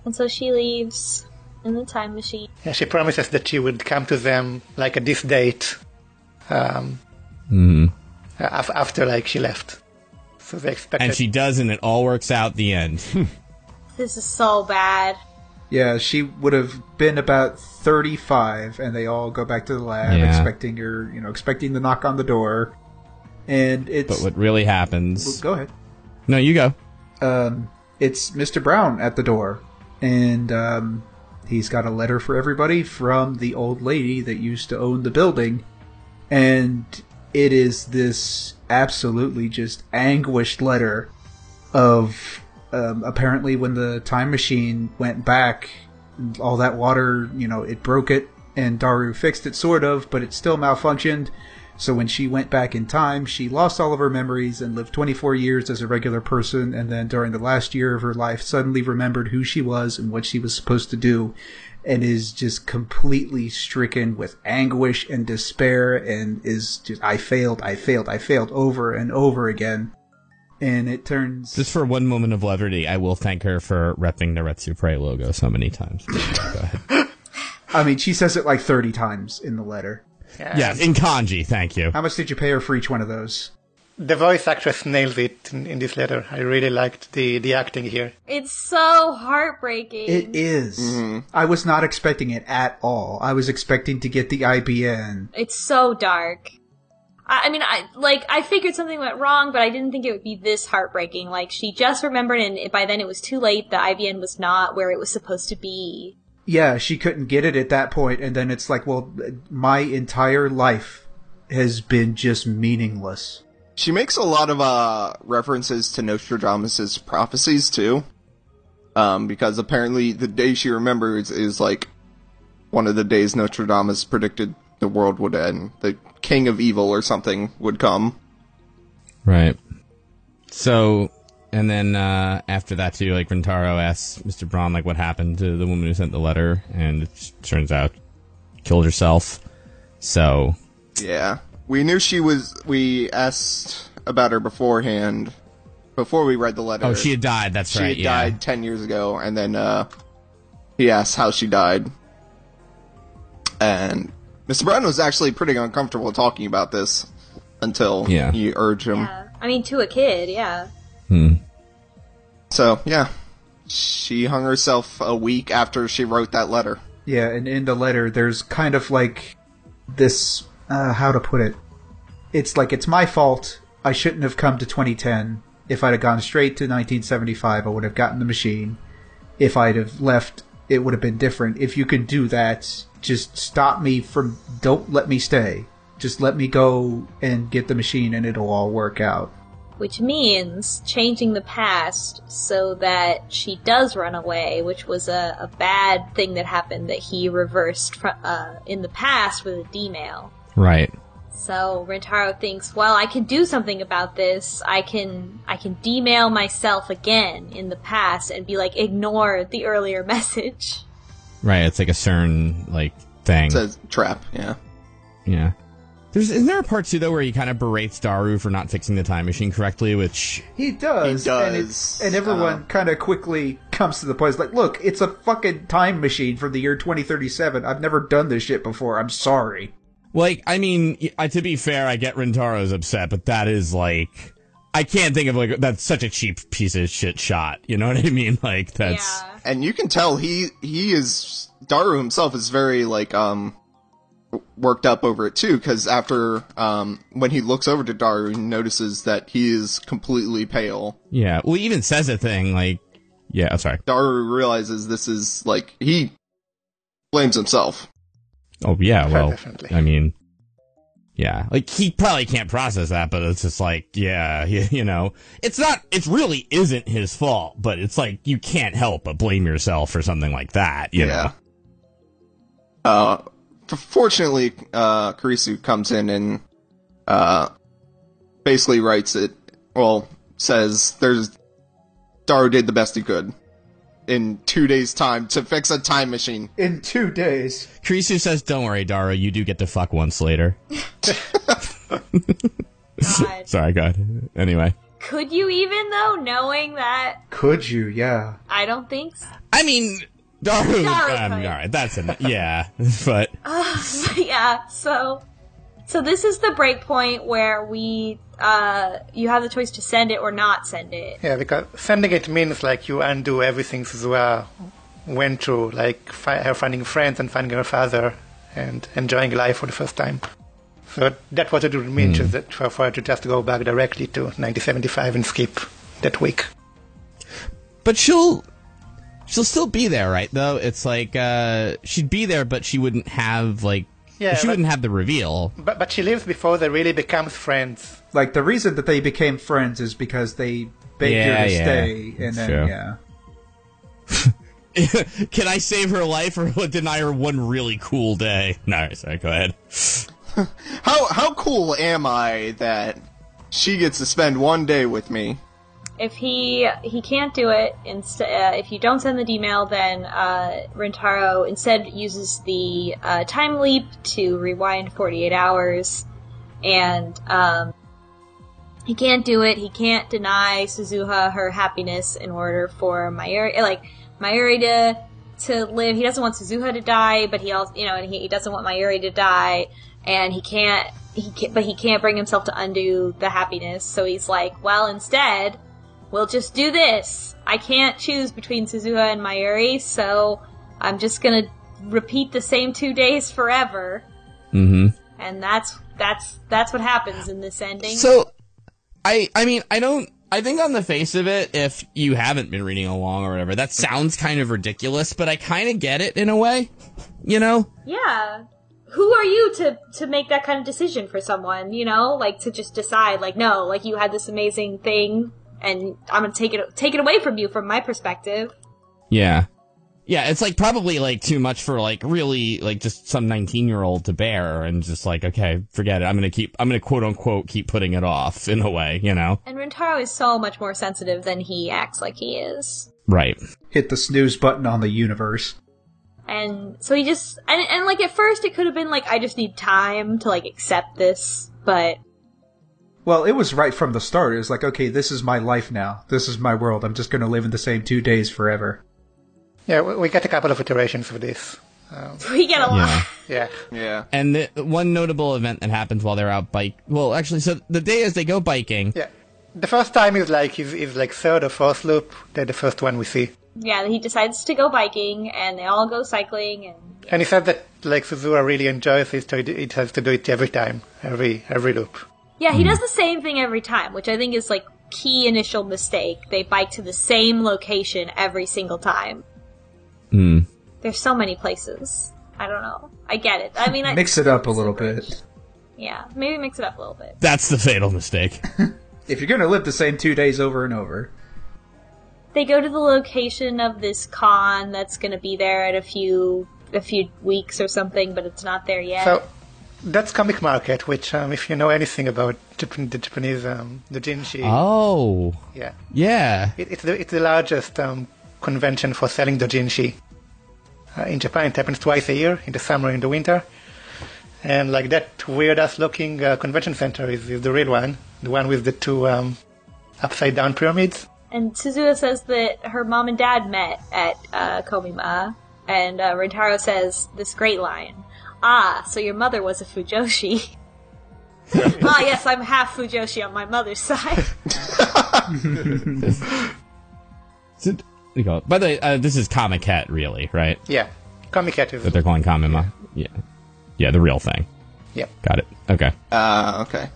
Speaker 5: and so she leaves in the time machine
Speaker 4: Yeah, she promises that she would come to them like at this date um,
Speaker 1: Mm-hmm.
Speaker 4: uh, af- after like she left. So they expected.
Speaker 1: And she does, and it all works out the end.
Speaker 5: this is so bad
Speaker 3: Yeah, she would have been about thirty-five, and they all go back to the lab,
Speaker 1: Yeah.
Speaker 3: expecting her, you know, expecting the knock on the door. And
Speaker 1: but
Speaker 3: it's Oh,
Speaker 1: what really happens?
Speaker 3: go ahead.
Speaker 1: No, you go.
Speaker 3: um, it's Mr. Brown at the door, and um, he's got a letter for everybody from the old lady that used to own the building, and it is this absolutely just anguished letter of um, apparently when the time machine went back, all that water, you know, it broke it, and Daru fixed it sort of, but it still malfunctioned. So when she went back in time, she lost all of her memories and lived 24 years as a regular person, and then during the last year of her life, suddenly remembered who she was and what she was supposed to do, and is just completely stricken with anguish and despair, and is just, I failed, I failed, I failed over and over again. And it turns.
Speaker 1: Just for one moment of levity, I will thank her for repping the Retsu Prey logo so many times. Go ahead.
Speaker 3: I mean, she says it like 30 times in the letter.
Speaker 1: yes, in kanji, thank you.
Speaker 3: How much did you pay her for each one of those?
Speaker 4: The voice actress nails it in, in this letter. I really liked the, the acting here.
Speaker 5: it's so heartbreaking
Speaker 3: It is. Mm-hmm. I was not expecting it at all. I was expecting to get the IBN.
Speaker 5: It's so dark. I, I mean, I like I figured something went wrong, but I didn't think it would be this heartbreaking. Like she just remembered, and it- by then it was too late. The IVN was not where it was supposed to be.
Speaker 3: Yeah, she couldn't get it at that point, and then it's like, well, my entire life has been just meaningless.
Speaker 2: She makes a lot of uh, references to Nostradamus's prophecies too, um, because apparently the day she remembers is like one of the days Nostradamus predicted the world would end, the king of evil or something would come.
Speaker 1: Right. So, and then uh, after that too, like Rentaro asks Mr. Braun like what happened to the woman who sent the letter, and it s- turns out killed herself. So,
Speaker 2: Yeah, we knew she was. We asked about her beforehand, before we read the letter.
Speaker 1: oh, she had died. That's
Speaker 2: she
Speaker 1: right.
Speaker 2: had
Speaker 1: yeah.
Speaker 2: died ten years ago, and then uh, he asked how she died, and Mr. Brown was actually pretty uncomfortable talking about this until
Speaker 1: Yeah.
Speaker 2: you urge him.
Speaker 5: Yeah, I mean, to a kid, yeah.
Speaker 1: Hmm.
Speaker 2: So yeah, she hung herself a week after she wrote that letter.
Speaker 3: Yeah, and in the letter, there's kind of like this uh, how to put it? It's like, it's my fault. I shouldn't have come to 2010. If I'd have gone straight to 1975, I would have gotten the machine. If I'd have left, it would have been different. If you can do that, just stop me from. Don't let me stay. Just let me go and get the machine, and it'll all work out.
Speaker 5: which means changing the past so that she does run away, which was a, a bad thing that happened that he reversed fr- uh, in the past with a D-mail.
Speaker 1: Right.
Speaker 5: So Rentaro thinks, well, I can do something about this. I can I can demail myself again in the past and be like, ignore the earlier message.
Speaker 1: Right. It's like a CERN like thing.
Speaker 2: It's a trap, yeah.
Speaker 1: yeah. There's isn't there a part two though where he kind of berates Daru for not fixing the time machine correctly, which
Speaker 3: He does.
Speaker 2: He
Speaker 3: And,
Speaker 2: does, Um,
Speaker 3: it's, and everyone kind of quickly comes to the point. It's like, look, it's a fucking time machine from the year 2037. I've never done this shit before. I'm sorry.
Speaker 1: Like, I mean, I, to be fair, I get Rentaro's upset, but that is like, I can't think of like that's such a cheap piece of shit shot. You know what I mean? Like that's
Speaker 5: yeah.
Speaker 2: And you can tell he he is Daru himself is very like um worked up over it too cuz after um when he looks over to Daru he notices that he is completely pale.
Speaker 1: yeah. Well, he even says a thing like, yeah. I'm sorry.
Speaker 2: Daru realizes this is like he blames himself.
Speaker 1: Oh yeah. Well,
Speaker 4: Definitely.
Speaker 1: I mean, yeah. Like he probably can't process that, but it's just like, yeah, you, you know, it's not. It really isn't his fault, but it's like you can't help but blame yourself for something like that. You know.
Speaker 2: Uh, f- fortunately, uh, Karisu comes in and uh, basically writes it. Well, says there's Daru did the best he could in two days' time to fix a time machine.
Speaker 3: In two days.
Speaker 1: Krisu says, "Don't worry, Daru. You do get to fuck once later."
Speaker 5: God.
Speaker 1: Sorry, God. Anyway.
Speaker 5: Could you even though, knowing that
Speaker 3: Could you? Yeah.
Speaker 5: I don't think so.
Speaker 1: I mean, Daru. um,
Speaker 5: Daru's
Speaker 1: all
Speaker 5: fine.
Speaker 1: right, that's an yeah, but
Speaker 5: yeah, so so this is the break point where we uh you have the choice to send it or not send it.
Speaker 4: Yeah, because sending it means like you undo everything Suzua went through, like fi- her finding friends and finding her father and enjoying life for the first time. So that what it would mean is that for for her to just go back directly to 1975 and skip that week.
Speaker 1: but she'll she'll still be there, right? Though it's like uh she'd be there, but she wouldn't have like
Speaker 4: Yeah,
Speaker 1: she
Speaker 4: but-
Speaker 1: wouldn't have the reveal.
Speaker 4: But but she lives before they really becomes friends.
Speaker 3: Like, the reason that they became friends is because they begged
Speaker 1: Yeah,
Speaker 3: her to
Speaker 1: yeah.
Speaker 3: stay. And then,
Speaker 1: Sure.
Speaker 3: yeah.
Speaker 1: Can I save her life or deny her one really cool day? No, sorry. Go ahead.
Speaker 2: How how cool am I that she gets to spend one day with me?
Speaker 5: If he he can't do it, inst- uh, if you don't send the demail, then uh, Rentaro instead uses the uh, time leap to rewind 48 hours, and um, he can't do it. He can't deny Suzuha her happiness in order for Mayuri, like Mayuri to to live. He doesn't want Suzuha to die, but he also, you know, and he, he doesn't want Mayuri to die, and he can't. He can, but he can't bring himself to undo the happiness. So he's like, well, instead, we'll just do this. I can't choose between Suzuha and Mayuri, so I'm just gonna repeat the same two days forever.
Speaker 1: Mm-hmm.
Speaker 5: And that's that's that's what happens in this ending.
Speaker 1: So, I I mean I don't I think on the face of it, if you haven't been reading along or whatever, that sounds kind of ridiculous, but I kind of get it in a way. You know,
Speaker 5: Yeah. Who are you to to make that kind of decision for someone, you know? Like to just decide like no, like you had this amazing thing and I'm going to take it take it away from you from my perspective.
Speaker 1: Yeah. Yeah, it's like probably like too much for like really like just some 19 year old to bear and just like, okay, forget it. I'm going to keep, I'm going to quote unquote keep putting it off in a way, you know?
Speaker 5: And Rentaro is so much more sensitive than he acts like he is.
Speaker 1: Right.
Speaker 3: Hit the snooze button on the universe.
Speaker 5: And so he just and and like at first it could have been like I just need time to like accept this, but
Speaker 3: Well, it was right from the start. It was like, okay, this is my life now. This is my world. I'm just going to live in the same two days forever.
Speaker 4: Yeah, we, we get a couple of iterations of this. Um,
Speaker 5: we get a lot.
Speaker 1: Yeah.
Speaker 4: Yeah.
Speaker 2: Yeah.
Speaker 1: And the, one notable event that happens while they're out bike. Well, actually, so the day is they go biking.
Speaker 4: Yeah. The first time is like is, is like third or fourth loop. They're the first one we see.
Speaker 5: Yeah, he decides to go biking and they all go cycling and
Speaker 4: And he said that like Suzua really enjoys this, so it- it has to do it every time, every every loop.
Speaker 5: Yeah, he does the same thing every time, which I think is like key initial mistake. They bike to the same location every single time.
Speaker 1: Hmm.
Speaker 5: There's so many places. I don't know. I get it. I mean, I,
Speaker 3: Mix it up a little bit.
Speaker 5: yeah, maybe mix it up a little bit.
Speaker 1: That's the fatal mistake.
Speaker 3: If you're going to live the same two days over and over,
Speaker 5: they go to the location of this con that's going to be there in a few a few weeks or something, but it's not there yet.
Speaker 4: So that's Comic Market, which, um, if you know anything about Jap- the Japanese, um, the Jinshi,
Speaker 1: Oh,
Speaker 4: yeah,
Speaker 1: yeah.
Speaker 4: it, it's, the, it's the largest um, convention for selling dojinshi. Uh, in Japan, it happens twice a year, in the summer and the winter. And like that weird ass looking uh, convention center is, is the real one, the one with the two um, upside down pyramids.
Speaker 5: and Suzuka says that her mom and dad met at uh, Komima, and uh, Rentaro says this great line. Ah, so your mother was a Fujoshi. ah, yes, I'm half Fujoshi on my mother's side.
Speaker 1: So- what do you call it? By the way, uh, this is Comic Cat, really, right?
Speaker 4: Yeah, Comic Cat
Speaker 1: That
Speaker 4: is.
Speaker 1: they're calling Kamima. Yeah, yeah, the real thing.
Speaker 4: Yeah.
Speaker 1: Got it. Okay.
Speaker 2: Uh, okay.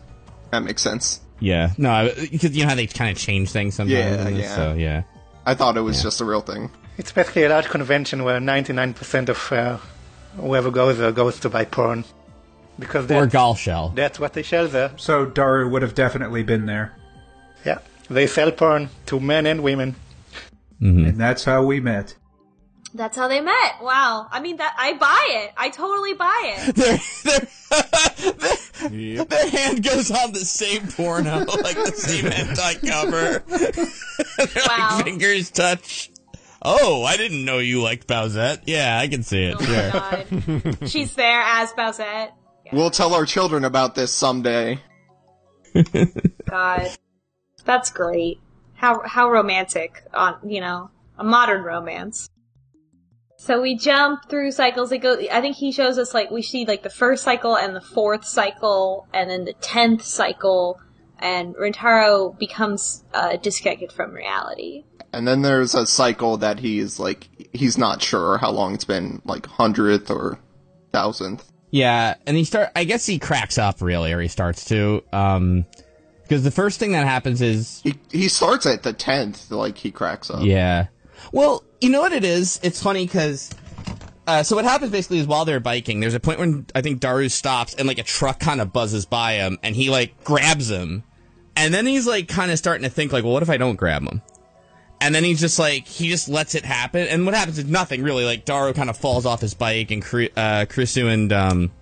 Speaker 2: That makes sense.
Speaker 1: Yeah. No, because you know how they kind of change things sometimes.
Speaker 2: Yeah,
Speaker 1: in this,
Speaker 2: yeah.
Speaker 1: So yeah.
Speaker 2: I thought it was just a real thing.
Speaker 4: It's basically a large convention where 99% of uh, whoever goes there goes to buy porn. Because
Speaker 1: Or
Speaker 4: that,
Speaker 1: Gall Shell.
Speaker 4: that's what they sell there.
Speaker 3: so Daru would have definitely been there.
Speaker 4: Yeah, they sell porn to men and women.
Speaker 3: And that's how we met.
Speaker 5: That's how they met. Wow. I mean, that I buy it. I totally buy it.
Speaker 1: Their, their, the, the hand goes on the same porno, like the same hentai cover. Their, like,
Speaker 5: Wow.
Speaker 1: fingers touch. Oh, I didn't know you liked Bowsette. Yeah, I can see it.
Speaker 5: Oh
Speaker 1: sure.
Speaker 5: my god. She's there as Bowsette.
Speaker 2: We'll tell our children about this someday.
Speaker 5: God. That's great. How how romantic on you know, a modern romance. So we jump through cycles. It go I think he shows us like we see like the first cycle and the fourth cycle and then the tenth cycle and Rentaro becomes uh, disconnected from reality.
Speaker 2: And then there's a cycle that he's like, he's not sure how long it's been, like hundredth or thousandth.
Speaker 1: Yeah, and he start. I guess he cracks up really, or he starts to. Um, because the first thing that happens is
Speaker 2: He he starts at the tenth, like he cracks up.
Speaker 1: Yeah. Well, you know what it is? It's funny because. Uh, so what happens basically is while they're biking, there's a point when I think Daru stops and like a truck kind of buzzes by him and he like grabs him. And then he's like kind of starting to think like, well, what if I don't grab him? And then he's just like, he just lets it happen. And what happens is nothing really. Like Daru kind of falls off his bike and Kri- uh, Krisu and, um,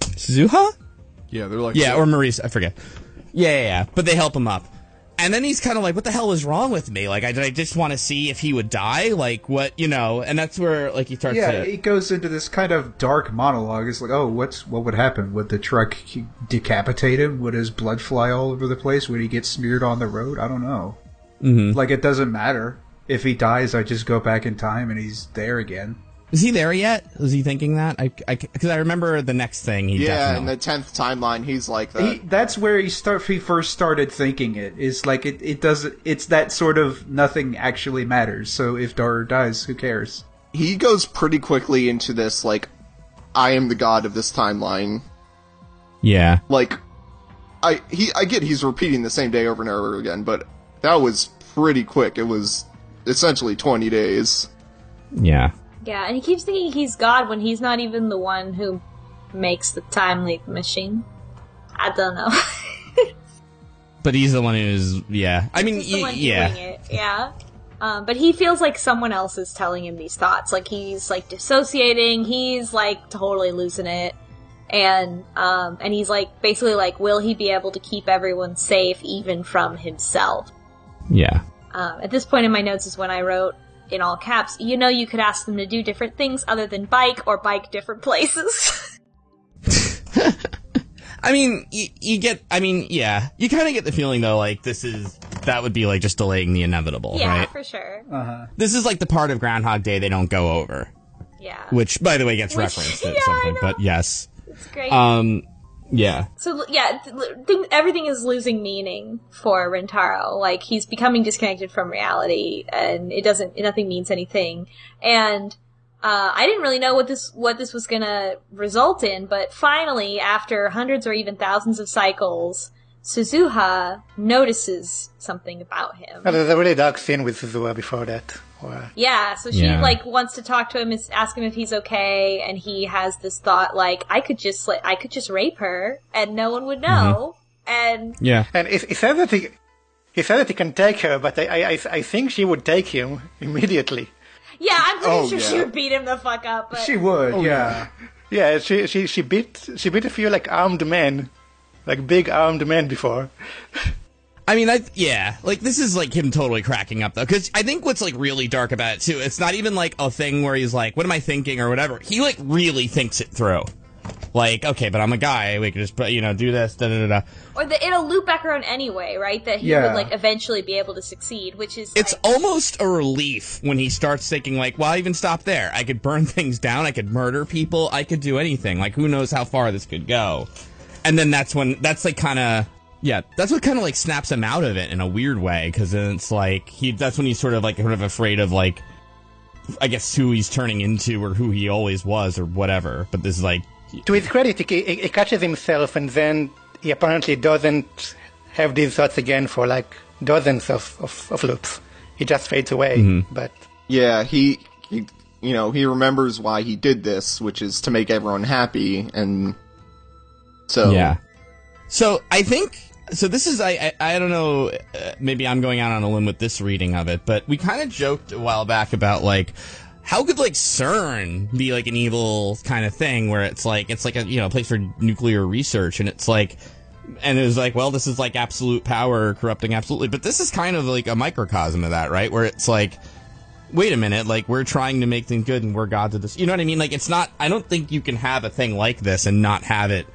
Speaker 1: Suzuha?
Speaker 6: Yeah, they're like
Speaker 1: Yeah, or Maurice, I forget. Yeah, yeah, yeah. But they help him up. And then he's kind of like, what the hell is wrong with me? Like, I, did I just want to see if he would die? Like, what, you know? And that's where, like, he starts
Speaker 3: Yeah,
Speaker 1: to.
Speaker 3: it goes into this kind of dark monologue. It's like, oh, what's what would happen? Would the truck he- decapitate him? Would his blood fly all over the place? Would he get smeared on the road? I don't know. Mm-hmm. Like it doesn't matter if he dies. I just go back in time and he's there again.
Speaker 1: Is he there yet? Is he thinking that? I, because I, remember the next thing he
Speaker 2: Yeah,
Speaker 1: definitely.
Speaker 2: in the tenth timeline, he's like that.
Speaker 3: He, that's where he start. He first started thinking it is like it. It doesn't. It's that sort of nothing actually matters. So if Dar dies, who cares?
Speaker 2: he goes pretty quickly into this like I am the god of this timeline.
Speaker 1: yeah.
Speaker 2: Like I he I get he's repeating the same day over and over again, but that was pretty quick. It was essentially 20 days.
Speaker 1: Yeah.
Speaker 5: Yeah, and he keeps thinking he's God when he's not even the one who makes the time leap machine. I don't know.
Speaker 1: But he's the one who's, yeah. I mean,
Speaker 5: He's the
Speaker 1: y-
Speaker 5: one
Speaker 1: yeah.
Speaker 5: doing it. Yeah. Um, but he feels like someone else is telling him these thoughts. Like he's like dissociating. He's like totally losing it, and um, and he's like basically like, will he be able to keep everyone safe even from himself?
Speaker 1: Yeah.
Speaker 5: Um, at this point in my notes is when I wrote in all caps. You know, you could ask them to do different things other than bike or bike different places.
Speaker 1: I mean, you, you get, I mean, yeah. You kind of get the feeling, though, like, this is, that would be, like, just delaying the inevitable,
Speaker 5: yeah,
Speaker 1: right?
Speaker 5: for sure.
Speaker 1: This is, like, the part of Groundhog Day they don't go over.
Speaker 5: Yeah,
Speaker 1: which by the way gets
Speaker 5: Which-
Speaker 1: referenced at
Speaker 5: yeah,
Speaker 1: some
Speaker 5: I
Speaker 1: point but yes
Speaker 5: it's great.
Speaker 1: um yeah
Speaker 5: So l- yeah, th- l- thing, everything is losing meaning for Rentaro. Like he's becoming disconnected from reality, and it doesn't nothing means anything. And uh, I didn't really know what this what this was gonna result in, but finally, after hundreds or even thousands of cycles, Suzuha notices something about him.
Speaker 4: Well, there's a really dark scene with Suzuha before that. Where
Speaker 5: Yeah, so she
Speaker 1: Yeah.
Speaker 5: like wants to talk to him and s- ask him if he's okay, and he has this thought like I could just like I could just rape her and no one would know, friend.
Speaker 1: Yeah.
Speaker 4: And he, he said that he, he said that he can take her, but I, I, I- I think she would take him immediately.
Speaker 5: Yeah, I'm pretty
Speaker 2: Oh,
Speaker 5: sure she
Speaker 2: yeah.
Speaker 5: would beat him the fuck up. But
Speaker 3: She would, yeah.
Speaker 4: Yeah, she, she, she beat she beat a few like armed men, like big armed men before.
Speaker 1: I mean, I yeah, like this is like him totally cracking up though, because I think what's like really dark about it too. It's not even like a thing where he's like, "What am I thinking?" or whatever. He like really thinks it through. Like, okay, but I'm a guy. We can just put- you know do this. Da da da. da.
Speaker 5: or the, it'll loop back around anyway, right? That he
Speaker 3: Yeah.
Speaker 5: would like eventually be able to succeed, which is
Speaker 1: It's
Speaker 5: like,
Speaker 1: almost a relief when he starts thinking like, "Well, I even stop there. I could burn things down. I could murder people. I could do anything. Like, who knows how far this could go?" And then that's when that's like kind of yeah, that's what kind of like snaps him out of it in a weird way because then it's like he that's when he's sort of like kind of afraid of like I guess who he's turning into or who he always was or whatever. But this is like
Speaker 4: To his credit, he, he, he catches himself, and then he apparently doesn't have these thoughts again for like dozens of, of, of loops. He just fades away. But
Speaker 2: Yeah, he, he, you know, he remembers why he did this, which is to make everyone happy, and so
Speaker 1: Yeah. So I think so. This is I I, I don't know. Uh, maybe I'm going out on a limb with this reading of it, but we kind of joked a while back about like how could like CERN be like an evil kind of thing where it's like it's like a you know place for nuclear research and it's like. And it was like, well, this is like absolute power corrupting absolutely, but this is kind of like a microcosm of that, right? Where it's like, wait a minute, like we're trying to make things good and we're gods of this. You know what I mean? Like it's not. I don't think you can have a thing like this and not have it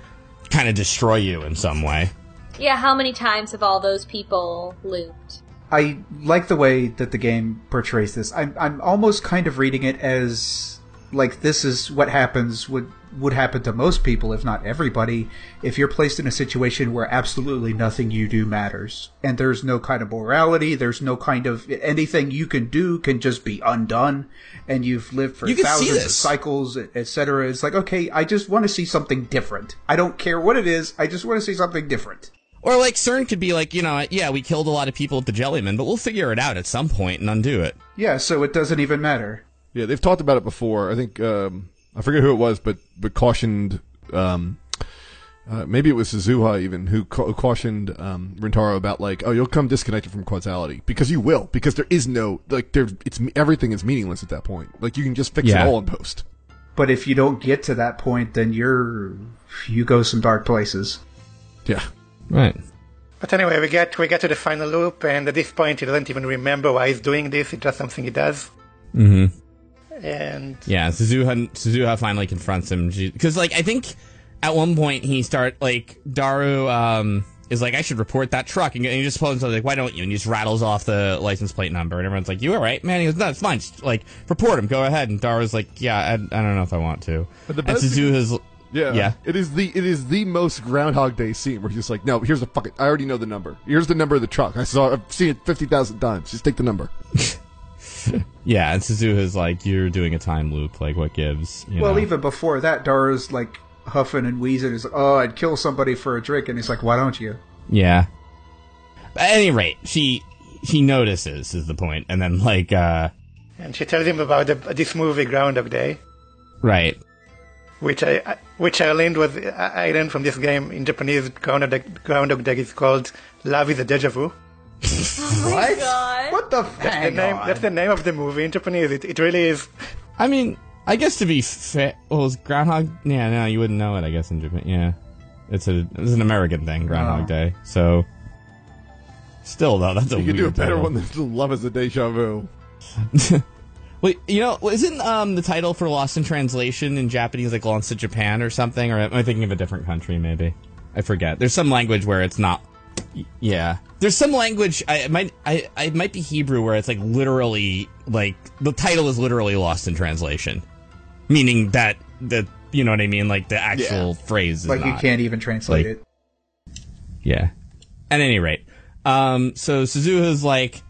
Speaker 1: kind of destroy you in some way.
Speaker 5: yeah. How many times have all those people looped?
Speaker 3: I like the way that the game portrays this. I'm I'm almost kind of reading it as like this is what happens would would happen to most people, if not everybody, if you're placed in a situation where absolutely nothing you do matters. And there's no kind of morality, there's no kind of anything you can do can just be undone and you've lived for
Speaker 1: You can see
Speaker 3: thousands of
Speaker 1: this.
Speaker 3: cycles, etc. It's like, okay, I just want to see something different. I don't care what it is, I just want to see something different.
Speaker 1: Or like CERN could be like, you know, yeah, we killed a lot of people at the Jellyman, but we'll figure it out at some point and undo it.
Speaker 3: Yeah, so it doesn't even matter.
Speaker 6: Yeah, they've talked about it before. I think um, I forget who it was, but but cautioned. Um, uh, maybe it was Suzuha even who ca- cautioned um, Rentaro about like, oh, you'll come disconnected from causality because you will because there is no like there it's everything is meaningless at that point. Like you can just fix
Speaker 1: Yeah.
Speaker 6: it all in post.
Speaker 3: but if you don't get to that point then you're you go some dark places
Speaker 6: Yeah,
Speaker 1: Right.
Speaker 4: but anyway, we get we get to the final loop, and at this point, he doesn't even remember why he's doing this. It's just something he does.
Speaker 1: Mm-hmm.
Speaker 4: And
Speaker 1: Yeah, Suzuha, Suzuha finally confronts him because, like, I think at one point he start like Daru um, is like, I should report that truck, and, and he just pulls himself like, why don't you? And he just rattles off the license plate number, and everyone's like, you all right, man? He goes, no, it's fine. Just, like, report him. Go ahead. And Daru's like, yeah, I, I don't know if I want to.
Speaker 6: But the
Speaker 1: and
Speaker 6: best thing-
Speaker 1: Suzuha's
Speaker 6: yeah,
Speaker 1: Yeah.
Speaker 6: It is the it is the most Groundhog Day scene where he's just like, no, here's the fucking. I already know the number. Here's the number of the truck. I saw. I've seen it fifty thousand times. Just take the number.
Speaker 1: yeah, and Suzuha's like, you're doing a time loop. Like, what gives? You
Speaker 3: well
Speaker 1: know?
Speaker 3: even before that dara's like huffing and wheezing he's like oh i'd kill somebody for a drink and he's like why don't you
Speaker 1: Yeah. At any rate, she she notices is the point, and then like uh
Speaker 4: and she tells him about the, this movie Groundhog Day,
Speaker 1: right.
Speaker 4: which I I- which I learned was I I learned from this game in Japanese. Groundhog Day, Groundhog Day is called Love is a Deja Vu.
Speaker 3: what
Speaker 5: Oh God.
Speaker 3: what the f-
Speaker 4: The
Speaker 3: hang
Speaker 4: name,
Speaker 3: on.
Speaker 4: that's the name of the movie in Japanese. It, it really is.
Speaker 1: I mean, I guess to be fair, well, is Groundhog? Yeah, no, you wouldn't know it. I guess in Japan, yeah, it's a it's an American thing, Groundhog
Speaker 6: Uh.
Speaker 3: Oh.
Speaker 1: Day. So, still though, that's a
Speaker 6: You could do a
Speaker 1: weird
Speaker 6: better
Speaker 1: title.
Speaker 6: one than Love is a Deja Vu.
Speaker 1: Wait, you know, isn't um the title for Lost in Translation in Japanese like Lost to Japan or something? Or am I thinking of a different country? Maybe I forget. There's some language where it's not. y- Yeah, there's some language. I it might. I, I it might be Hebrew where it's like literally like the title is literally Lost in Translation, meaning that the you know what I mean. Like the actual phrase is
Speaker 3: like you
Speaker 1: not.
Speaker 3: can't even translate
Speaker 1: Like-
Speaker 3: it
Speaker 1: Yeah. At any rate, um, so Suzuha's like,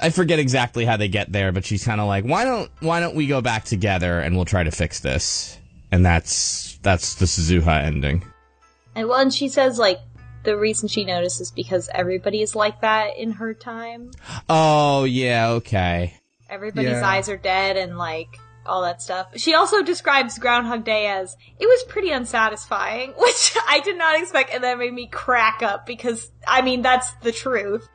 Speaker 1: I forget exactly how they get there, but she's kind of like, why don't why don't we go back together and we'll try to fix this? And that's that's the Suzuha ending.
Speaker 5: And well, and she says like the reason she notices because everybody is like that in her time.
Speaker 1: Oh yeah, okay.
Speaker 5: Everybody's
Speaker 3: Yeah.
Speaker 5: eyes are dead, and like all that stuff. She also describes Groundhog Day as it was pretty unsatisfying, which I did not expect, and that made me crack up because I mean that's the truth.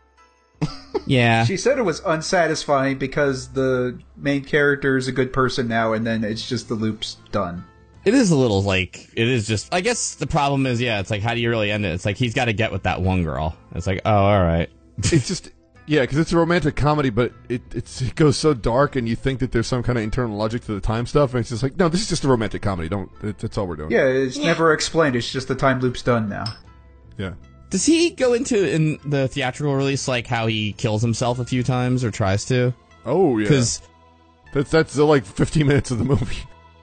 Speaker 1: Yeah.
Speaker 3: She said it was unsatisfying because the main character is a good person now, and then it's just the loop's done.
Speaker 1: It is a little like it is just. I guess the problem is, yeah, it's like how do you really end it? It's like he's got to get with that one girl. It's like, oh, all right,
Speaker 6: it's just yeah, because it's a romantic comedy, but it it's, it goes so dark, and you think that there's some kind of internal logic to the time stuff, and it's just like no, this is just a romantic comedy. Don't it, that's all we're doing.
Speaker 3: Yeah, it's
Speaker 5: Yeah.
Speaker 3: never explained. It's just the time loop's done now.
Speaker 6: yeah.
Speaker 1: Does he go into in the theatrical release like how he kills himself a few times or tries to?
Speaker 6: Oh yeah,
Speaker 1: Because
Speaker 6: that's that's uh, like 15 minutes of the movie.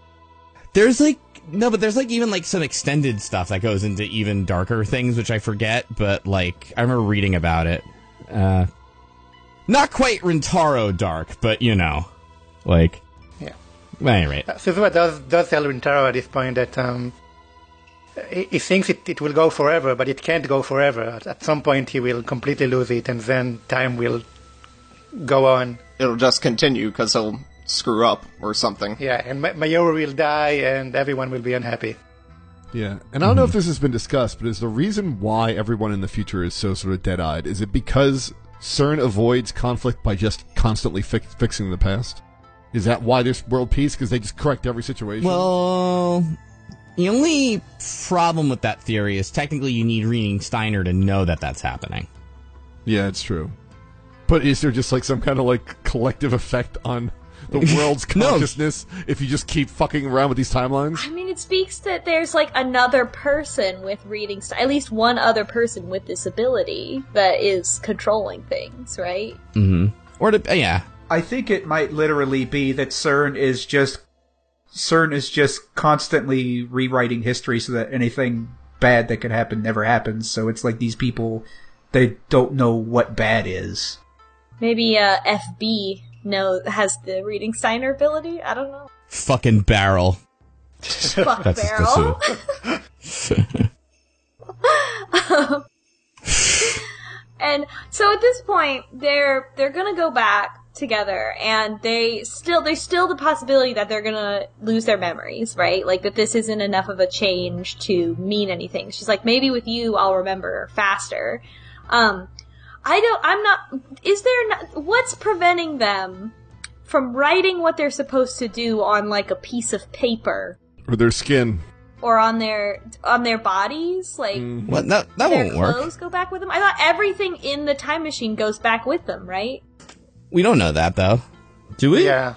Speaker 1: there's like no, but there's like even like some extended stuff that goes into even darker things, which I forget. But like I remember reading about it. Uh, not quite Rintaro dark, but you know, like
Speaker 4: Yeah.
Speaker 1: At any rate,
Speaker 4: Uh, Suzume does does tell Rintaro at this point that um, he, he thinks it, it will go forever, but it can't go forever. At, at some point, he will completely lose it, and then time will go on.
Speaker 2: It'll just continue because he'll screw up or something.
Speaker 4: Yeah, and Ma- Mayoru will die, and everyone will be unhappy.
Speaker 6: Yeah, and I don't know if this has been discussed, but is the reason why everyone in the future is so sort of dead-eyed is it because CERN avoids conflict by just constantly fi- fixing the past? Is that why there's world peace? Because they just correct every situation.
Speaker 1: Well, the only problem with that theory is technically you need reading Steiner to know that that's happening.
Speaker 6: yeah, it's true. But is there just like some kind of like collective effect on the world's
Speaker 1: No.
Speaker 6: consciousness if you just keep fucking around with these timelines?
Speaker 5: I mean, it speaks that there's like another person with reading, st- at least one other person with this ability that is controlling things, right?
Speaker 1: Or to, yeah,
Speaker 3: I think it might literally be that CERN is just CERN is just constantly rewriting history so that anything bad that could happen never happens. So it's like these people they don't know what bad is.
Speaker 5: Maybe uh, FB know has the reading Steiner ability. I don't know.
Speaker 1: fucking barrel.
Speaker 5: Fuck
Speaker 1: That's that's
Speaker 5: barrel.
Speaker 1: who.
Speaker 5: And so at this point, they're they're gonna go back together, and they still there's still the possibility that they're gonna lose their memories, right? Like that this isn't enough of a change to mean anything. She's like, maybe with you, I'll remember faster. Um, I don't. I'm not. Is there not? What's preventing them from writing what they're supposed to do on like a piece of paper
Speaker 6: Or their skin?
Speaker 5: or on their on their bodies? Like
Speaker 1: What? That that
Speaker 5: their
Speaker 1: won't
Speaker 5: clothes
Speaker 1: work.
Speaker 5: go back with them? I thought everything in the time machine goes back with them, right?
Speaker 1: We don't know that though, do we?
Speaker 4: Yeah,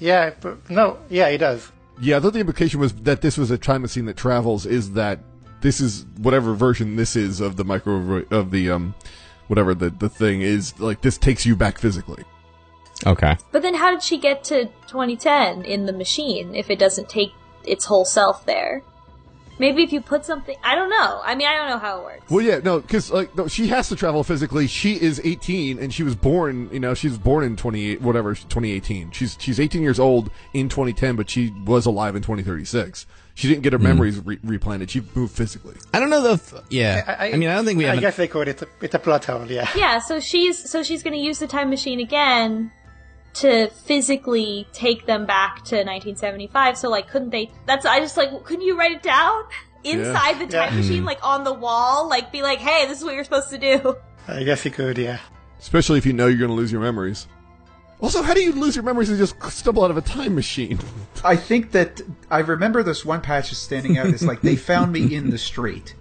Speaker 4: yeah, but- no, yeah, he does.
Speaker 6: Yeah, I thought the implication was that this was a time machine that travels. Is that this is whatever version this is of the micro of the um, whatever the the thing is like this takes you back physically.
Speaker 1: Okay.
Speaker 5: But then how did she get to 2010 in the machine if it doesn't take its whole self there? Maybe if you put something, I don't know. I mean, I don't know how it works.
Speaker 6: Well, yeah, no, because like no, she has to travel physically. She is eighteen, and she was born. You know, she was born in twenty eight whatever twenty eighteen. She's she's eighteen years old in twenty ten, but she was alive in twenty thirty six. She didn't get her memories re- replanted. She moved physically.
Speaker 1: I don't know the. F- yeah. I, mean, I don't think we have.
Speaker 4: I
Speaker 1: an-
Speaker 4: guess they could. It's a, it's a plot hole. Yeah.
Speaker 5: Yeah, so she's so she's going to use the time machine again to physically take them back to 1975. So like couldn't they That's I just like couldn't you write it down inside the time
Speaker 4: Yeah.
Speaker 5: machine like on the wall like be like, "Hey, this is what you're supposed to do."
Speaker 4: I guess he could. Yeah.
Speaker 6: Especially if you know you're going to lose your memories. Also, how do you lose your memories and just stumble out of a time machine?
Speaker 3: I think that I remember this one passage standing out is like they found me in the street.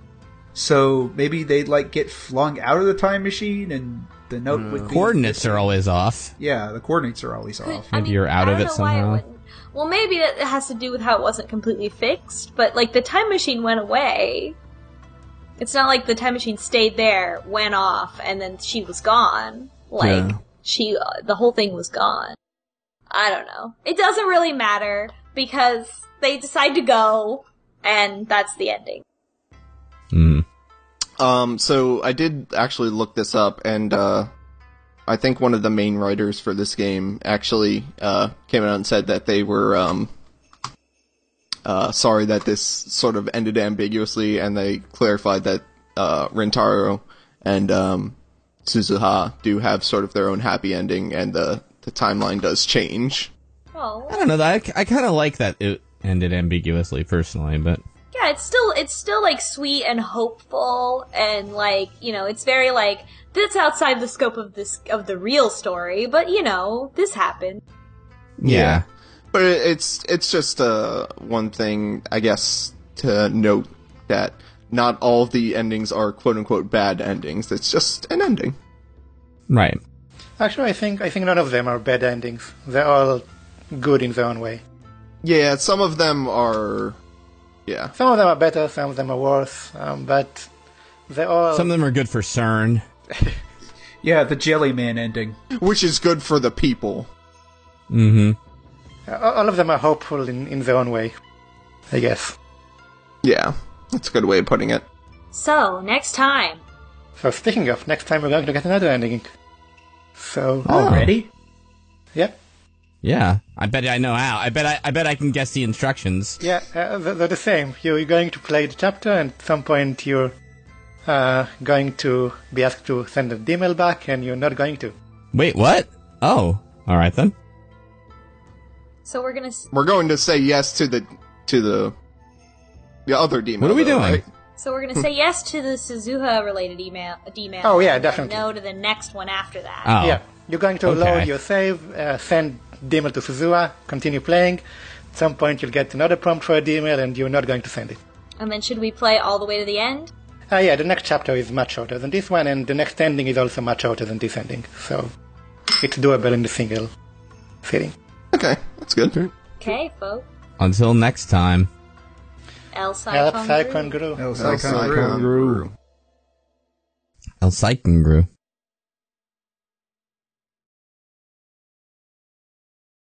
Speaker 3: So maybe they'd like get flung out of the time machine and the note would be
Speaker 1: Coordinates are always off.
Speaker 3: Yeah, the coordinates are always off.
Speaker 5: I
Speaker 1: Maybe
Speaker 5: mean,
Speaker 1: you're out
Speaker 5: I
Speaker 1: of
Speaker 5: don't
Speaker 1: it
Speaker 5: know why
Speaker 1: somehow.
Speaker 5: wouldn't. Well, maybe that has to do with how it wasn't completely fixed, but like the time machine went away. It's not like the time machine stayed there, went off, and then she was gone. Like
Speaker 6: Yeah.
Speaker 5: she, uh, the whole thing was gone. I don't know. It doesn't really matter because they decide to go, and that's the ending.
Speaker 1: Mm.
Speaker 2: Um, so I did actually look this up, and uh, I think one of the main writers for this game actually uh, came out and said that they were um, uh, sorry that this sort of ended ambiguously, and they clarified that uh, Rintaro and um, Suzuha do have sort of their own happy ending, and the, the timeline does change.
Speaker 5: Oh, Oh.
Speaker 1: I don't know. I, I kind of like that it ended ambiguously, personally, but
Speaker 5: yeah it's still it's still like sweet and hopeful and like you know it's very like that's outside the scope of this of the real story but you know this happened
Speaker 1: yeah.
Speaker 2: But it- it's it's just uh, one thing, I guess, to note that not all of the endings are quote unquote bad endings. It's just an ending.
Speaker 1: Right.
Speaker 4: Actually, I think I think none of them are bad endings. They're all good in their own way.
Speaker 2: Yeah, some of them are. Yeah,
Speaker 4: Some of them are better, some of them are worse, um, but they're all
Speaker 1: Some of them are good for CERN.
Speaker 3: Yeah, the Jellyman ending.
Speaker 2: which is good for the people.
Speaker 1: Mm hmm.
Speaker 4: all all of them are hopeful in, in their own way, I guess.
Speaker 2: Yeah, that's a good way of putting it.
Speaker 5: so next time
Speaker 4: So speaking of, next time we're going to get another ending. So
Speaker 1: Oh.
Speaker 3: Already?
Speaker 4: yeah,
Speaker 1: Yeah. I bet I know how. I bet I, I bet I can guess the instructions.
Speaker 4: yeah, uh, they're they're the same. You're you're going to play the chapter, and at some point you're uh, going to be asked to send the email back, and you're not going to.
Speaker 1: Wait, what? Oh, all right then.
Speaker 5: so we're gonna s-
Speaker 2: We're going to say yes to the to the the other demon.
Speaker 1: What are we
Speaker 2: though,
Speaker 1: doing?
Speaker 2: right?
Speaker 5: so we're gonna say yes to the Suzuha related email email
Speaker 4: Hmm. Oh, yeah,
Speaker 5: and then
Speaker 4: definitely. Ah.
Speaker 5: no to the next one after that
Speaker 1: Oh,
Speaker 4: Yeah, you're going to load
Speaker 1: Okay.
Speaker 4: your save, uh, send email to Suzua, continue playing. At some point, you'll get another prompt for a email, and you're not going to send it.
Speaker 5: and then should we play all the way to the end
Speaker 4: Ah, yeah, the next chapter is much shorter than this one, and the next ending is also much shorter than this ending. So it's doable in a single sitting.
Speaker 2: Okay, that's good.
Speaker 5: okay folks
Speaker 1: Until next time.
Speaker 5: El
Speaker 4: Yeah,
Speaker 3: um,
Speaker 5: Saikon Guru.
Speaker 4: that's Psychon Guru.
Speaker 3: That was
Speaker 2: That was
Speaker 3: Psychon
Speaker 2: Psychon
Speaker 3: Guru.
Speaker 1: El Psychon grew.